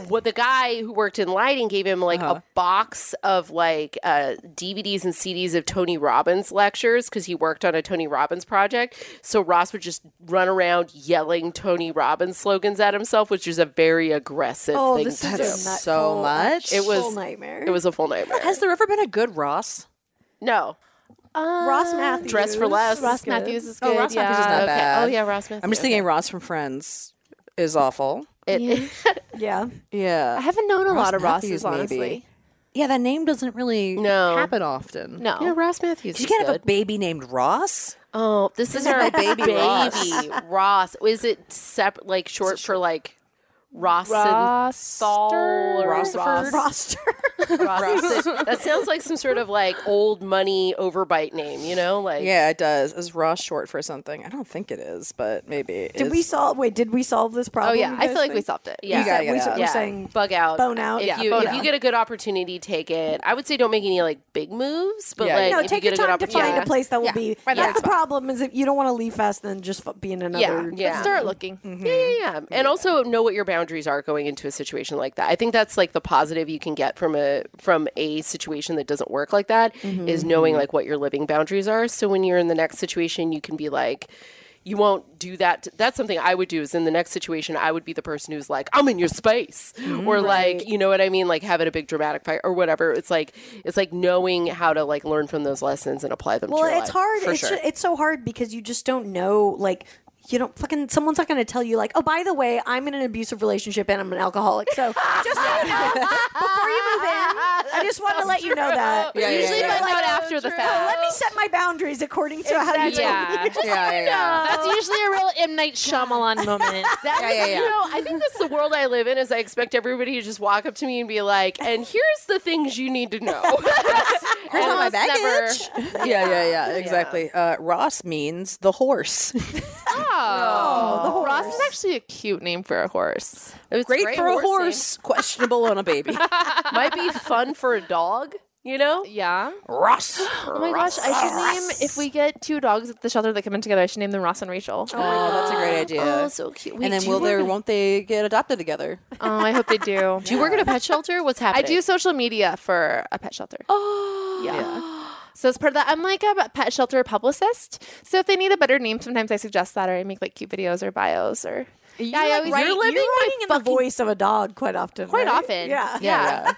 Speaker 6: what? the guy who worked in lighting gave him like
Speaker 2: Uh-huh.
Speaker 6: a box of like uh, DVDs and CDs of Tony Robbins lectures because he worked on a Tony Robbins project. So Ross would just run around yelling Tony Robbins slogans at himself, which is a very aggressive
Speaker 2: Oh,
Speaker 6: thing
Speaker 2: this
Speaker 6: to
Speaker 2: is
Speaker 6: do.
Speaker 2: a nut
Speaker 1: so
Speaker 2: full-
Speaker 1: much.
Speaker 6: It was-
Speaker 2: full nightmare.
Speaker 6: it was a full nightmare.
Speaker 1: Has there ever been a good Ross?
Speaker 6: no.
Speaker 2: Ross Matthews.
Speaker 6: Dress for Less.
Speaker 2: Ross Matthews.
Speaker 4: Ross Matthews is good.
Speaker 1: Ross
Speaker 4: yeah.
Speaker 1: Matthews is not bad.
Speaker 6: Oh yeah, Ross Matthews.
Speaker 1: I'm just thinking Ross from Friends is awful.
Speaker 2: Yeah.
Speaker 4: I
Speaker 1: Yeah.
Speaker 4: haven't known a
Speaker 1: Ross
Speaker 4: lot of
Speaker 1: Matthews,
Speaker 4: Rosses,
Speaker 1: maybe.
Speaker 4: honestly.
Speaker 1: Yeah, that name doesn't really
Speaker 6: No.
Speaker 1: happen often.
Speaker 4: No.
Speaker 6: Yeah, Ross Matthews.
Speaker 1: You
Speaker 6: is
Speaker 1: can't have
Speaker 6: good.
Speaker 1: a baby named Ross.
Speaker 6: Oh, this is our
Speaker 1: baby
Speaker 6: baby
Speaker 1: Ross.
Speaker 6: Ross. Is it sep- like short for like
Speaker 4: Rosenthal or
Speaker 1: Rossiford?
Speaker 4: Ross-
Speaker 2: Roster.
Speaker 6: Ross- that sounds like some sort of like old money overbite name, you know? Like
Speaker 1: Yeah, it does. Is Ross short for something? I don't think it is, but maybe. It
Speaker 2: Did
Speaker 1: is.
Speaker 2: we solve? Wait, did we solve this problem?
Speaker 4: Oh yeah,
Speaker 2: you
Speaker 4: I
Speaker 2: guys
Speaker 4: feel like we
Speaker 2: think?
Speaker 4: solved it.
Speaker 6: yeah.
Speaker 1: You gotta get
Speaker 2: we
Speaker 1: out.
Speaker 2: solved-
Speaker 6: yeah.
Speaker 2: I'm saying
Speaker 6: bug out.
Speaker 2: bone out.
Speaker 6: If
Speaker 2: Yeah,
Speaker 6: you
Speaker 2: bone
Speaker 6: if you
Speaker 2: out.
Speaker 6: get a good opportunity, take it. I would say don't make any like big moves, but
Speaker 1: Yeah,
Speaker 6: like
Speaker 1: No,
Speaker 2: No,
Speaker 6: if
Speaker 2: take
Speaker 6: you
Speaker 2: your
Speaker 6: get a good
Speaker 2: time to
Speaker 6: opportunity,
Speaker 2: find a place that will
Speaker 4: Yeah.
Speaker 2: be.
Speaker 4: Find the
Speaker 2: That's
Speaker 4: right
Speaker 2: the problem is if you don't want to leave fast, then just f- be in another.
Speaker 6: Yeah.
Speaker 4: But start looking.
Speaker 6: Yeah, yeah, yeah. And also know what your boundaries are going into a situation like that. I think that's like the positive you can get from a from a situation that doesn't work like that is
Speaker 2: Mm-hmm,
Speaker 6: knowing like what your living boundaries are. So when you're in the next situation, you can be like you won't do that. t- That's something I would do. Is in the next situation, I would be the person who's like, "I'm in your space,"
Speaker 2: Mm-hmm.
Speaker 6: or like, you know what I mean, like having a big dramatic fight or whatever. It's like, it's like knowing how to like learn from those lessons and apply them.
Speaker 2: Well,
Speaker 6: to your
Speaker 2: it's
Speaker 6: life,
Speaker 2: hard.
Speaker 6: for
Speaker 2: It's
Speaker 6: sure.
Speaker 2: ju- it's so hard because you just don't know. Like you don't fucking. Someone's not going to tell you. Like, oh, by the way, I'm in an abusive relationship and I'm an alcoholic. So just so you know, before you move in, I just want to let you know that.
Speaker 1: Yeah, yeah,
Speaker 4: Usually
Speaker 1: yeah.
Speaker 4: find out after the fact.
Speaker 2: Oh, let me set my boundaries according to how you. Tell me.
Speaker 4: yeah.
Speaker 1: Yeah, yeah, yeah.
Speaker 4: That's usually a real M Night Shyamalan moment.
Speaker 6: That
Speaker 1: Yeah,
Speaker 6: is-
Speaker 1: yeah, yeah.
Speaker 6: you know, I think that's the world I live in. Is I expect everybody to just walk up to me and be like, "And here's the things you need to know."
Speaker 1: Here's all my
Speaker 6: Almost never.
Speaker 1: baggage. yeah, yeah, yeah. Exactly. Uh, Ross means the horse.
Speaker 4: Oh, the horse. Ross is actually a cute name for a horse.
Speaker 6: It's
Speaker 1: Great, for a horse,
Speaker 6: horse.
Speaker 1: questionable on a baby.
Speaker 6: Might be fun for a dog. You know,
Speaker 4: Yeah.
Speaker 1: Ross.
Speaker 4: Oh my gosh, I should name if we get two dogs at the shelter that come in together. I should name them Ross and Rachel. Oh,
Speaker 1: Oh, that's a great idea.
Speaker 6: oh, so cute. Wait,
Speaker 1: and then
Speaker 6: do you
Speaker 1: will they?
Speaker 6: work-
Speaker 1: Won't they get adopted together?
Speaker 4: Um, I hope they do.
Speaker 6: Do you work at a pet shelter? What's
Speaker 4: I
Speaker 6: happening?
Speaker 4: do social media for a pet shelter.
Speaker 6: Oh,
Speaker 4: yeah. So as part of that, I'm like a pet shelter publicist. So if they need a better name, sometimes I suggest that, or I make like cute videos or bios or. yeah, I always
Speaker 2: You're living in the voice of a dog quite often.
Speaker 4: quite
Speaker 2: right?
Speaker 4: often.
Speaker 2: Yeah.
Speaker 4: yeah,
Speaker 1: Yeah.
Speaker 4: yeah.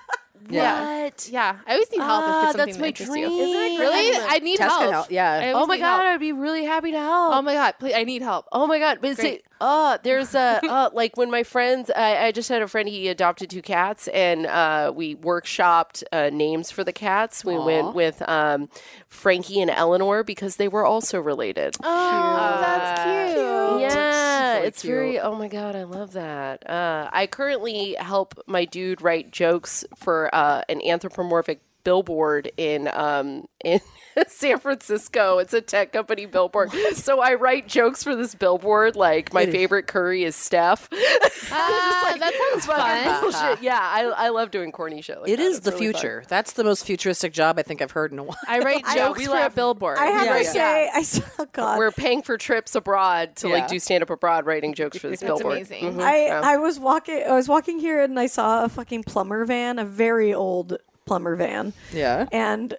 Speaker 4: Yeah. I always need help if
Speaker 6: Ah,
Speaker 4: it's something
Speaker 6: that's
Speaker 4: that
Speaker 6: my
Speaker 4: interests
Speaker 6: dream.
Speaker 4: you.
Speaker 6: Isn't it great?
Speaker 4: Really, I need
Speaker 1: Tess can
Speaker 4: help.
Speaker 1: help, yeah.
Speaker 4: I
Speaker 6: Oh
Speaker 4: always
Speaker 6: my
Speaker 4: need
Speaker 6: god,
Speaker 4: help.
Speaker 6: I'd be really happy to help.
Speaker 4: Oh my god! Please, I need help.
Speaker 6: Oh my god! But see,
Speaker 4: Great.
Speaker 6: uh, there's a uh, like when my friends, I, I just had a friend. He adopted two cats, and uh, we workshopped uh, names for the cats. We went with um, Frankie and Eleanor because they were also related.
Speaker 4: Oh, that's cute.
Speaker 6: Yeah,
Speaker 1: really
Speaker 6: it's very. Oh my god, I love that. Uh, I currently help my dude write jokes for uh, an anthropomorphic billboard in um, in San Francisco. It's a tech company billboard. So I write jokes for this billboard. Like my favorite curry is Steph.
Speaker 4: Ah, that sounds fun.
Speaker 6: Bullshit. Yeah, I, I love doing corny shit. Like
Speaker 1: It
Speaker 6: that.
Speaker 1: is
Speaker 6: It's
Speaker 1: the
Speaker 6: really fun.
Speaker 1: future. That's the most futuristic job I think I've heard in a while.
Speaker 4: I write jokes
Speaker 6: we
Speaker 4: for a
Speaker 6: laugh.
Speaker 4: billboard.
Speaker 2: I have
Speaker 1: Yeah,
Speaker 2: to
Speaker 1: yeah.
Speaker 2: say, I saw. Oh God.
Speaker 6: We're paying for trips abroad to
Speaker 1: Yeah.
Speaker 6: like do stand up abroad, writing jokes for this
Speaker 4: That's
Speaker 6: billboard.
Speaker 4: amazing.
Speaker 2: I, I was walking I was walking here and I saw a fucking plumber van, a very old plumber van.
Speaker 1: Yeah.
Speaker 2: And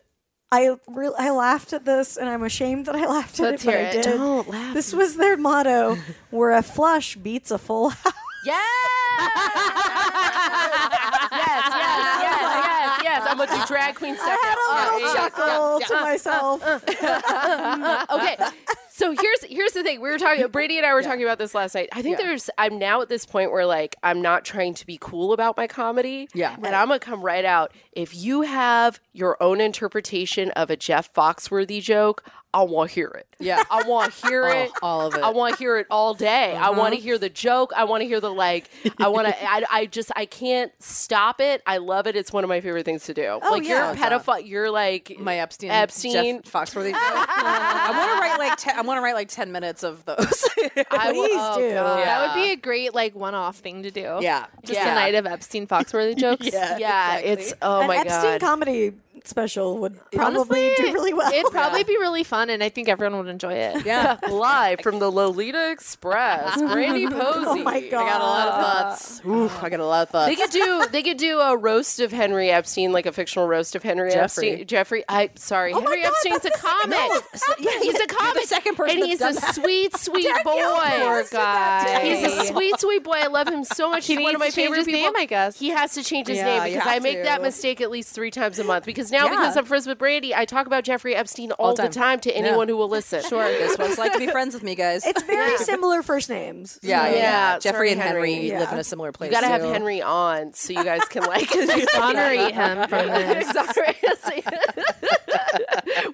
Speaker 2: I re- I laughed at this and I'm ashamed that I laughed at
Speaker 4: Let's
Speaker 2: it, but
Speaker 4: hear
Speaker 2: I
Speaker 4: it.
Speaker 2: did. Don't laugh. This was their motto, where a flush beats a full house.
Speaker 6: Yes, yes, yes, yes, yes. I'm gonna do drag queen stuff.
Speaker 2: I had a
Speaker 6: Oh, Yeah,
Speaker 2: little
Speaker 6: yeah,
Speaker 2: chuckle to myself.
Speaker 6: okay. So here's here's the thing. We were talking Brady and I were talking about this last night. I think there's I'm now at this point where like I'm not trying to be cool about my comedy.
Speaker 1: Yeah.
Speaker 6: And I'm gonna come right out. If you have your own interpretation of a Jeff Foxworthy joke, I wanna hear it.
Speaker 1: Yeah.
Speaker 6: I wanna hear
Speaker 1: Oh,
Speaker 6: it.
Speaker 1: all of it. Uh-huh.
Speaker 6: I wanna hear it all day. I wanna hear the joke. I wanna hear the like I wanna I, I just I can't stop it. I love it. It's one of my favorite things to do. like
Speaker 1: Oh, yeah.
Speaker 6: you're a pedophile you're like
Speaker 1: My Epstein,
Speaker 6: Epstein
Speaker 1: Jeff Foxworthy. I want to write like ten, I want to write like ten minutes of those.
Speaker 6: I will-
Speaker 2: Please
Speaker 6: oh,
Speaker 2: do.
Speaker 6: God.
Speaker 1: Yeah.
Speaker 4: That would be a great like one-off thing to do.
Speaker 1: Yeah.
Speaker 4: just
Speaker 1: Yeah.
Speaker 4: a night of Epstein Foxworthy jokes.
Speaker 1: Yeah.
Speaker 6: Yeah, it's oh
Speaker 2: An
Speaker 6: my
Speaker 2: Epstein
Speaker 6: god.
Speaker 2: comedy special would probably
Speaker 4: Honestly,
Speaker 2: do really well. Oh,
Speaker 4: It'd probably be really fun, and I think everyone would enjoy it.
Speaker 1: yeah.
Speaker 6: Live from the Lolita Express, Brady Posey.
Speaker 2: oh my god.
Speaker 1: I got a lot
Speaker 6: uh,
Speaker 1: of thoughts. Oof, I got a lot of
Speaker 6: They
Speaker 1: thoughts.
Speaker 6: could do they could do a roast of Henry Epstein, like a fictional roast of Henry
Speaker 1: Jeffrey. Oh
Speaker 6: Epstein. Jeffrey, I sorry,
Speaker 2: my
Speaker 6: Henry
Speaker 2: God,
Speaker 6: Epstein's a
Speaker 2: that's the second-
Speaker 6: comic.
Speaker 1: yeah,
Speaker 6: he's a comic.
Speaker 1: second person
Speaker 6: and
Speaker 1: that's
Speaker 6: he's
Speaker 1: done
Speaker 6: a
Speaker 1: that.
Speaker 6: sweet, sweet boy.
Speaker 4: Poor guy.
Speaker 6: He's a sweet, sweet boy. I love him so much.
Speaker 4: He
Speaker 6: He's one
Speaker 4: needs
Speaker 6: of my
Speaker 4: to change
Speaker 6: favorite
Speaker 4: his
Speaker 6: people.
Speaker 4: name, I guess.
Speaker 6: he has to change his
Speaker 1: Yeah,
Speaker 6: name
Speaker 1: you
Speaker 6: because
Speaker 1: have
Speaker 6: I make that
Speaker 1: to.
Speaker 6: mistake at least three times a month. Because now,
Speaker 1: Yeah.
Speaker 6: because I'm friends with Brady, I talk about Jeffrey Epstein all, the
Speaker 1: time.
Speaker 6: time to anyone who will listen.
Speaker 1: Sure, this one's like to be friends with me, guys.
Speaker 2: It's very similar first names.
Speaker 1: yeah, yeah,
Speaker 6: Yeah,
Speaker 1: yeah.
Speaker 6: sorry,
Speaker 1: Jeffrey and Henry,
Speaker 6: Henry.
Speaker 1: live
Speaker 2: Yeah.
Speaker 1: in a similar place.
Speaker 6: You gotta have
Speaker 1: so-
Speaker 6: Henry on so you guys can like
Speaker 4: Honorate him from this.
Speaker 6: Sorry.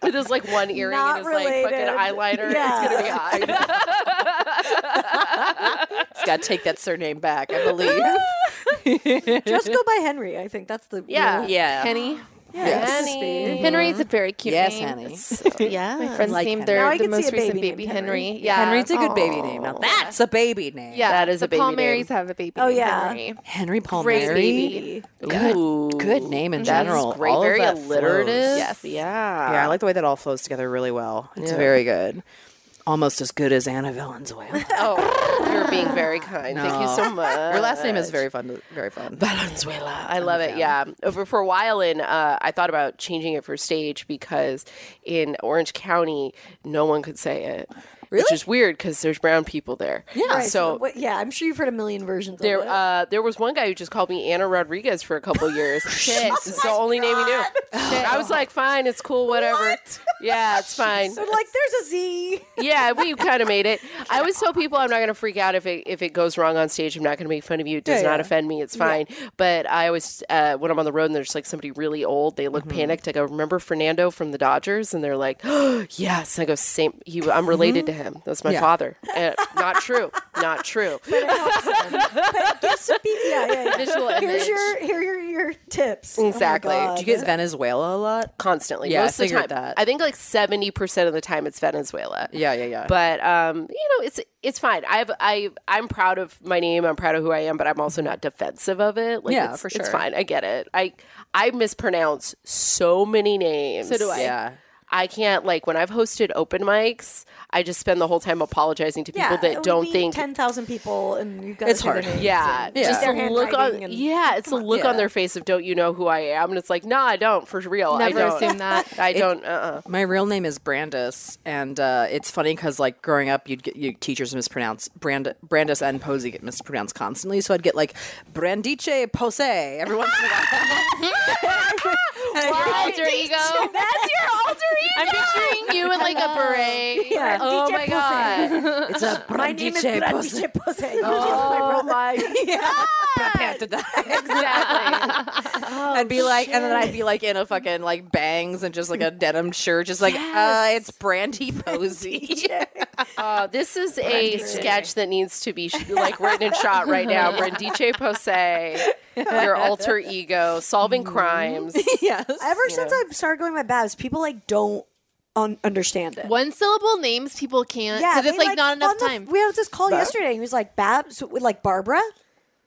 Speaker 6: With his like one earring
Speaker 2: Not
Speaker 6: and his like
Speaker 2: related.
Speaker 6: fucking eyeliner.
Speaker 2: Yeah.
Speaker 6: It's gonna be hot.
Speaker 3: got to take that surname back, I believe.
Speaker 2: Just go by Henry. I think that's the
Speaker 4: Yeah.
Speaker 2: rule.
Speaker 3: Yeah.
Speaker 4: Henny.
Speaker 3: Yes.
Speaker 2: Henny.
Speaker 4: Henry's a very cute
Speaker 3: Yes,
Speaker 4: name.
Speaker 3: Henny.
Speaker 4: It's- yeah. My friends
Speaker 3: Like
Speaker 4: named
Speaker 3: Henry.
Speaker 2: Now I
Speaker 4: their the
Speaker 2: can see
Speaker 4: most
Speaker 2: a
Speaker 4: recent
Speaker 2: baby
Speaker 4: baby
Speaker 2: named
Speaker 4: Henry.
Speaker 2: Henry.
Speaker 4: Yeah.
Speaker 3: Henry's a good baby
Speaker 4: Aw.
Speaker 3: name.
Speaker 6: Oh.
Speaker 3: Now that's a baby name.
Speaker 4: Yeah.
Speaker 6: That is
Speaker 4: the
Speaker 6: a baby name.
Speaker 4: Palmerys have a baby.
Speaker 2: Oh,
Speaker 4: named
Speaker 2: yeah.
Speaker 4: Henry.
Speaker 3: Henry
Speaker 4: Great
Speaker 3: Palmieri.
Speaker 4: baby.
Speaker 3: Good, good name in general.
Speaker 6: great,
Speaker 3: All of
Speaker 6: very
Speaker 3: that
Speaker 6: alliterative.
Speaker 3: flows.
Speaker 4: Yes.
Speaker 6: Yeah.
Speaker 3: Yeah, I like the way that all flows together really well. It's very good. Almost as good as Anna Valenzuela.
Speaker 6: Oh, you're being very kind. Thank you so
Speaker 3: No.
Speaker 6: much.
Speaker 3: Your last name is very fun. to- very fun.
Speaker 6: Valenzuela. I love it. Yeah. Over for a while in, uh, I thought about changing it for stage because in Orange County, no one could say it. Which is weird because there's brown people there. Yeah.
Speaker 2: Right,
Speaker 6: So
Speaker 2: what- yeah, I'm sure you've heard a million versions
Speaker 6: there,
Speaker 2: of it.
Speaker 6: uh, there was one guy who just called me Anna Rodriguez for a couple years. Shit.
Speaker 3: Oh
Speaker 6: This is the only name he knew. I was like, fine, it's cool, whatever. Yeah, it's fine.
Speaker 2: so like, there's a Z.
Speaker 6: yeah, we kind of made it. I always tell people I'm not going to freak out if it if it goes wrong on stage. I'm not going to make fun of you. It does
Speaker 3: Yeah,
Speaker 6: not
Speaker 3: yeah.
Speaker 6: offend me. It's fine. But I always uh, when I'm on the road and there's like somebody really old, they look
Speaker 3: Mm-hmm.
Speaker 6: panicked. I go, "Remember Fernando from the Dodgers?" And they're like, oh, "Yes." I go, "Same. He, I'm related to him. That's my
Speaker 3: Mm-hmm. Yeah.
Speaker 6: father." And not true. Not true.
Speaker 2: Just to be- yeah, yeah, yeah.
Speaker 4: Visual
Speaker 2: Here's
Speaker 4: image.
Speaker 2: your here are your tips. Oh my
Speaker 6: Exactly. Do you
Speaker 2: God.
Speaker 3: Do you get Venezuela a lot?
Speaker 6: Constantly.
Speaker 3: Yeah, I
Speaker 6: Most of the
Speaker 3: figured
Speaker 6: time.
Speaker 3: that.
Speaker 6: I think like seventy percent of the time it's Venezuela.
Speaker 3: Yeah, yeah, yeah.
Speaker 6: but um, you know, it's it's fine. I've I I'm proud of my name. I'm proud of who I am, but I'm also not defensive of it. Like,
Speaker 3: Yeah,
Speaker 6: it's,
Speaker 3: for
Speaker 6: It's
Speaker 3: sure.
Speaker 6: fine. I get it. I I mispronounce so many names. So do I.
Speaker 3: yeah.
Speaker 6: I can't like when I've hosted open mics. I just spend the whole time apologizing to people
Speaker 2: yeah,
Speaker 6: that don't think.
Speaker 2: ten thousand people and you've got
Speaker 3: It's hard.
Speaker 6: yeah,
Speaker 3: Yeah.
Speaker 6: just
Speaker 2: Their
Speaker 6: a look on.
Speaker 2: handwriting and-
Speaker 6: yeah, it's a look
Speaker 3: Yeah.
Speaker 6: on their face of "Don't you know who I am?" And it's like, "No, I don't for real.
Speaker 4: Never
Speaker 6: I don't
Speaker 4: assume that.
Speaker 6: I don't. Uh, uh
Speaker 3: My real name is Brandis, and uh, it's funny because like growing up, you'd get you teachers mispronounce Brand Brandis and Posey get mispronounced constantly. So I'd get like Brandice Pose every once in a while.
Speaker 4: Your alter ego.
Speaker 2: That's your alter ego.
Speaker 4: I'm picturing you in like a beret.
Speaker 2: Yeah.
Speaker 4: Oh
Speaker 2: DJ
Speaker 4: my
Speaker 2: Pussy.
Speaker 4: god.
Speaker 3: it's a
Speaker 2: My name is
Speaker 3: Brandice Pose.
Speaker 2: Brandice Pose. Oh my.
Speaker 3: Prepare to die.
Speaker 4: Exactly.
Speaker 3: I'd be like, and then I'd be like in a fucking like bangs and just like a denim shirt, just like, uh, it's Brandy Posey.
Speaker 6: Uh, this is a sketch that needs to be sh- like written and shot right now. Brandice Posey, your alter ego, solving crimes.
Speaker 3: yes.
Speaker 2: Ever since I started going by Babs, people like don't un- understand it.
Speaker 4: One syllable names people can't
Speaker 2: Yeah,
Speaker 4: because
Speaker 2: they,
Speaker 4: it's like, not
Speaker 2: on
Speaker 4: enough
Speaker 2: the-
Speaker 4: time.
Speaker 2: we had this call yesterday, and he was like Babs, with like Barbara,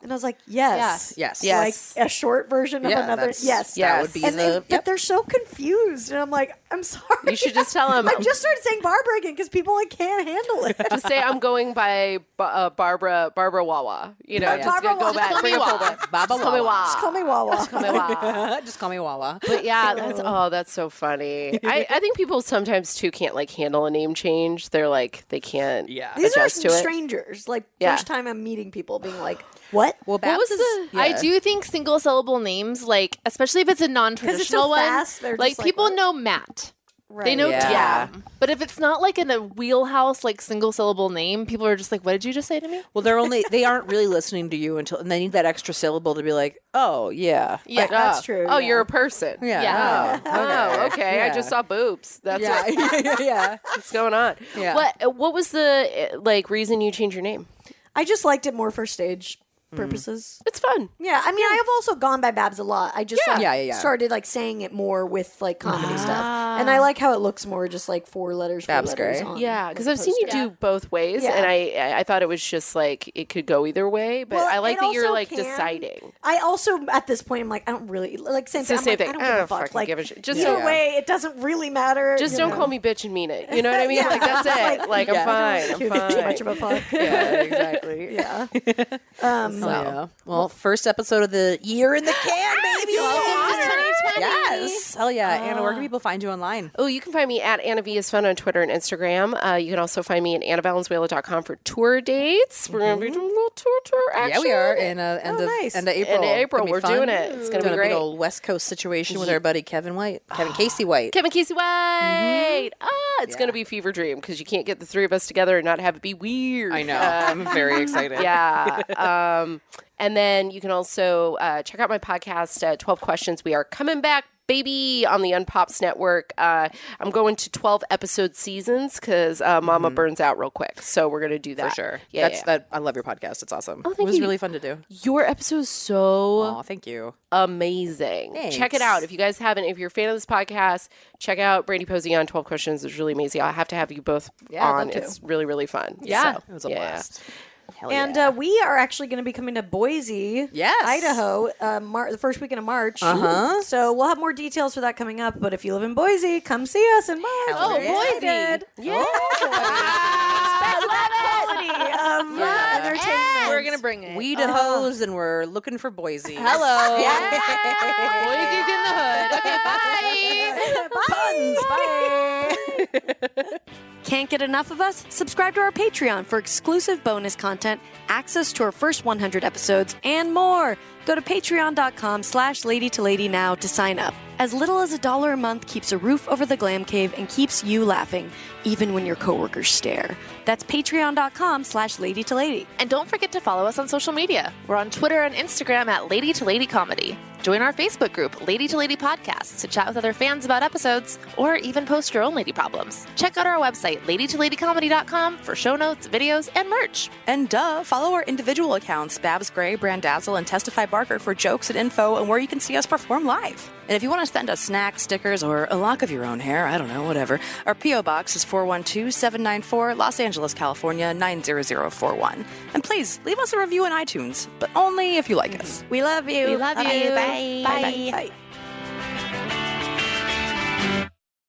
Speaker 2: and I was like, yes,
Speaker 3: Yes.
Speaker 6: Yes.
Speaker 2: like a short version of
Speaker 3: Yeah,
Speaker 2: another.
Speaker 3: that's-
Speaker 2: Yes,
Speaker 3: That would be
Speaker 2: And they-
Speaker 3: the.
Speaker 2: but they're so confused, and I'm like, I'm sorry.
Speaker 6: You should just tell him.
Speaker 2: I just started saying Barbara again because people like can't handle it.
Speaker 6: just say I'm going by Ba- uh, Barbara Barbara Wawa. You know,
Speaker 3: Yeah.
Speaker 6: just
Speaker 2: Barbara
Speaker 6: go
Speaker 2: Wawa.
Speaker 6: back.
Speaker 4: Just call me
Speaker 6: bring it
Speaker 4: Wawa.
Speaker 6: forward.
Speaker 3: Baba
Speaker 6: Just call me
Speaker 3: Wawa.
Speaker 6: Wawa.
Speaker 2: Call me Wawa.
Speaker 6: Call me Wawa.
Speaker 3: uh, just call me Wawa.
Speaker 6: But yeah, that's oh, that's so funny. I, I think people sometimes too can't like handle a name change. They're like they can't
Speaker 3: Yeah.
Speaker 2: These are
Speaker 6: adjust to it.
Speaker 2: strangers. Like
Speaker 6: Yeah.
Speaker 2: first time I'm meeting people, being like, "What?"
Speaker 3: Well,
Speaker 4: What was
Speaker 3: Babs is-
Speaker 4: the? I
Speaker 3: yeah.
Speaker 4: do think single syllable names, like especially if it's a non-traditional
Speaker 2: it's so
Speaker 4: one,
Speaker 2: fast, they're
Speaker 4: like
Speaker 2: just like,
Speaker 4: people
Speaker 2: what?
Speaker 4: know Matt,
Speaker 2: Right.
Speaker 4: they know
Speaker 3: Yeah.
Speaker 4: Tom, but if it's not like in a wheelhouse, like single syllable name, people are just like, "What did you just say to me?"
Speaker 3: Well, they're only they aren't really listening to you until, and they need that extra syllable to be like, oh yeah,
Speaker 6: Yeah,
Speaker 2: that's true,
Speaker 6: Oh,
Speaker 2: yeah.
Speaker 6: you're a person.
Speaker 3: yeah,
Speaker 4: Yeah.
Speaker 3: oh,
Speaker 6: Oh, okay. I
Speaker 3: yeah.
Speaker 6: just saw boobs. That's
Speaker 3: yeah,
Speaker 6: what-
Speaker 3: yeah, yeah, yeah.
Speaker 6: what's going on.
Speaker 3: Yeah.
Speaker 6: What What was the uh, like reason you changed your name?
Speaker 2: I just liked it more for stage
Speaker 6: mm-hmm.
Speaker 2: purposes.
Speaker 6: It's fun.
Speaker 2: Yeah, I mean, I have also gone by Babs a lot. I just like,
Speaker 3: Yeah, yeah, yeah.
Speaker 2: started like saying it more with like
Speaker 6: Ah.
Speaker 2: comedy stuff, and I like how it looks more just like four letters. Four
Speaker 3: Babs
Speaker 2: letters
Speaker 3: Gray.
Speaker 2: on
Speaker 6: Yeah, because
Speaker 2: the
Speaker 6: I've seen you
Speaker 2: poster.
Speaker 6: do both ways,
Speaker 2: Yeah.
Speaker 6: and I- I I thought it was just like it could go either way, but
Speaker 2: Well,
Speaker 6: I like
Speaker 2: it
Speaker 6: that you're
Speaker 2: also
Speaker 6: like
Speaker 2: can-
Speaker 6: deciding.
Speaker 2: I also at this point I'm like I don't really like same
Speaker 6: It's the
Speaker 2: thing. I'm
Speaker 6: same
Speaker 2: like,
Speaker 6: thing.
Speaker 2: I don't give a
Speaker 6: fucking
Speaker 2: fuck. Like
Speaker 6: give a shit. Just
Speaker 2: either
Speaker 3: Yeah.
Speaker 2: way, it doesn't really matter.
Speaker 6: Just
Speaker 2: you
Speaker 6: don't
Speaker 2: know?
Speaker 6: call me bitch and mean it. You know what I mean? Like that's it. Like, I'm fine. I'm
Speaker 2: Too-
Speaker 6: fine.
Speaker 2: Too much of a fuck.
Speaker 3: yeah exactly.
Speaker 2: yeah.
Speaker 3: So, Oh, yeah. Ah, Well, first episode of the year in the can, baby.
Speaker 4: Welcome to 2020.
Speaker 3: Yes. Hell yeah. Anna, where can people find you online?
Speaker 6: Oh, you can find me at Anna V is Fun on Twitter and Instagram. Uh, you can also find me at AnnaValenzuela.com for tour dates. We're going to be doing a little tour tour action.
Speaker 3: Yeah, we are in uh, end
Speaker 2: Oh,
Speaker 3: of
Speaker 2: nice.
Speaker 3: end of April.
Speaker 6: In April,
Speaker 3: Gonna be
Speaker 6: we're
Speaker 3: fun.
Speaker 6: doing it. It's going to
Speaker 3: Doing
Speaker 6: be
Speaker 3: a
Speaker 6: great.
Speaker 3: big old West Coast situation with our buddy Kevin White, Kevin Casey White.
Speaker 6: Kevin Casey
Speaker 3: Mm-hmm.
Speaker 6: White. Ah, it's going to be fever dream because you can't get the three of us together and not have it be weird.
Speaker 3: I know.
Speaker 6: Uh,
Speaker 3: I'm very excited.
Speaker 6: yeah. Um, and then you can also uh, check out my podcast, uh, 12 Questions. We are coming back Baby on the Unpops Network. Uh, I'm going to 12 episode seasons because uh, Mama burns out real quick. So we're going to do that.
Speaker 3: Mm-hmm. For sure.
Speaker 6: Yeah.
Speaker 3: That's
Speaker 6: yeah. Oh,
Speaker 3: that. I love your podcast. It's awesome. it
Speaker 6: thank
Speaker 3: was
Speaker 6: you.
Speaker 3: really fun to do.
Speaker 6: Your episode is so
Speaker 3: Oh, thank you.
Speaker 6: amazing. Check
Speaker 3: Thanks.
Speaker 6: it out. If you guys haven't, if you're a fan of this podcast, check out Brandy Posey on 12 Questions. It's really amazing. I'll have to have you both
Speaker 3: I'd
Speaker 6: on.
Speaker 3: love to.
Speaker 6: It's really, really fun.
Speaker 2: Ah.
Speaker 4: Yeah.
Speaker 6: So,
Speaker 3: It was a
Speaker 6: yeah.
Speaker 3: blast. Hell
Speaker 7: And
Speaker 3: yeah.
Speaker 7: uh, we are actually going to be coming to Boise,
Speaker 3: Yes.
Speaker 7: Idaho, uh, Mar- the first weekend of March. Uh-huh. So we'll have more details for that coming up. But if you live in Boise, come see us in March.
Speaker 3: Hell
Speaker 7: We're
Speaker 3: yeah.
Speaker 7: excited.
Speaker 6: Yeah.
Speaker 7: Quality of uh, entertainment.
Speaker 4: We're gonna bring it.
Speaker 3: we the hose, and we're looking for Boise.
Speaker 4: Hello.
Speaker 8: Boise's in the hood.
Speaker 2: Can't get enough of us? Subscribe to our Patreon for exclusive bonus content, access to our first 100 episodes, and more. Go to patreon.com slash lady to lady now to sign up. As little as a dollar a month keeps a roof over the glam cave and keeps you laughing, even when your coworkers stare. That's patreon.com slash lady to lady.
Speaker 4: And don't forget to follow us on social media. We're on Twitter and Instagram at Lady to Lady Comedy. Join our Facebook group, Lady to Lady Podcast, to chat with other fans about episodes or even post your own lady problems. Check out our website, ladytoladycomedy.com, for show notes, videos, and merch.
Speaker 3: And duh, follow our individual accounts, Babs Gray, Brandazzle, and Testify Barker for jokes and info and where you can see us perform live. And if you want to send us snacks, stickers, or a lock of your own hair, I don't know, whatever, our P.O. Box is 412 794 Los Angeles, California 90041. And please leave us a review on iTunes, but only if you like us.
Speaker 7: We love you. We love you. Bye. Bye. Bye.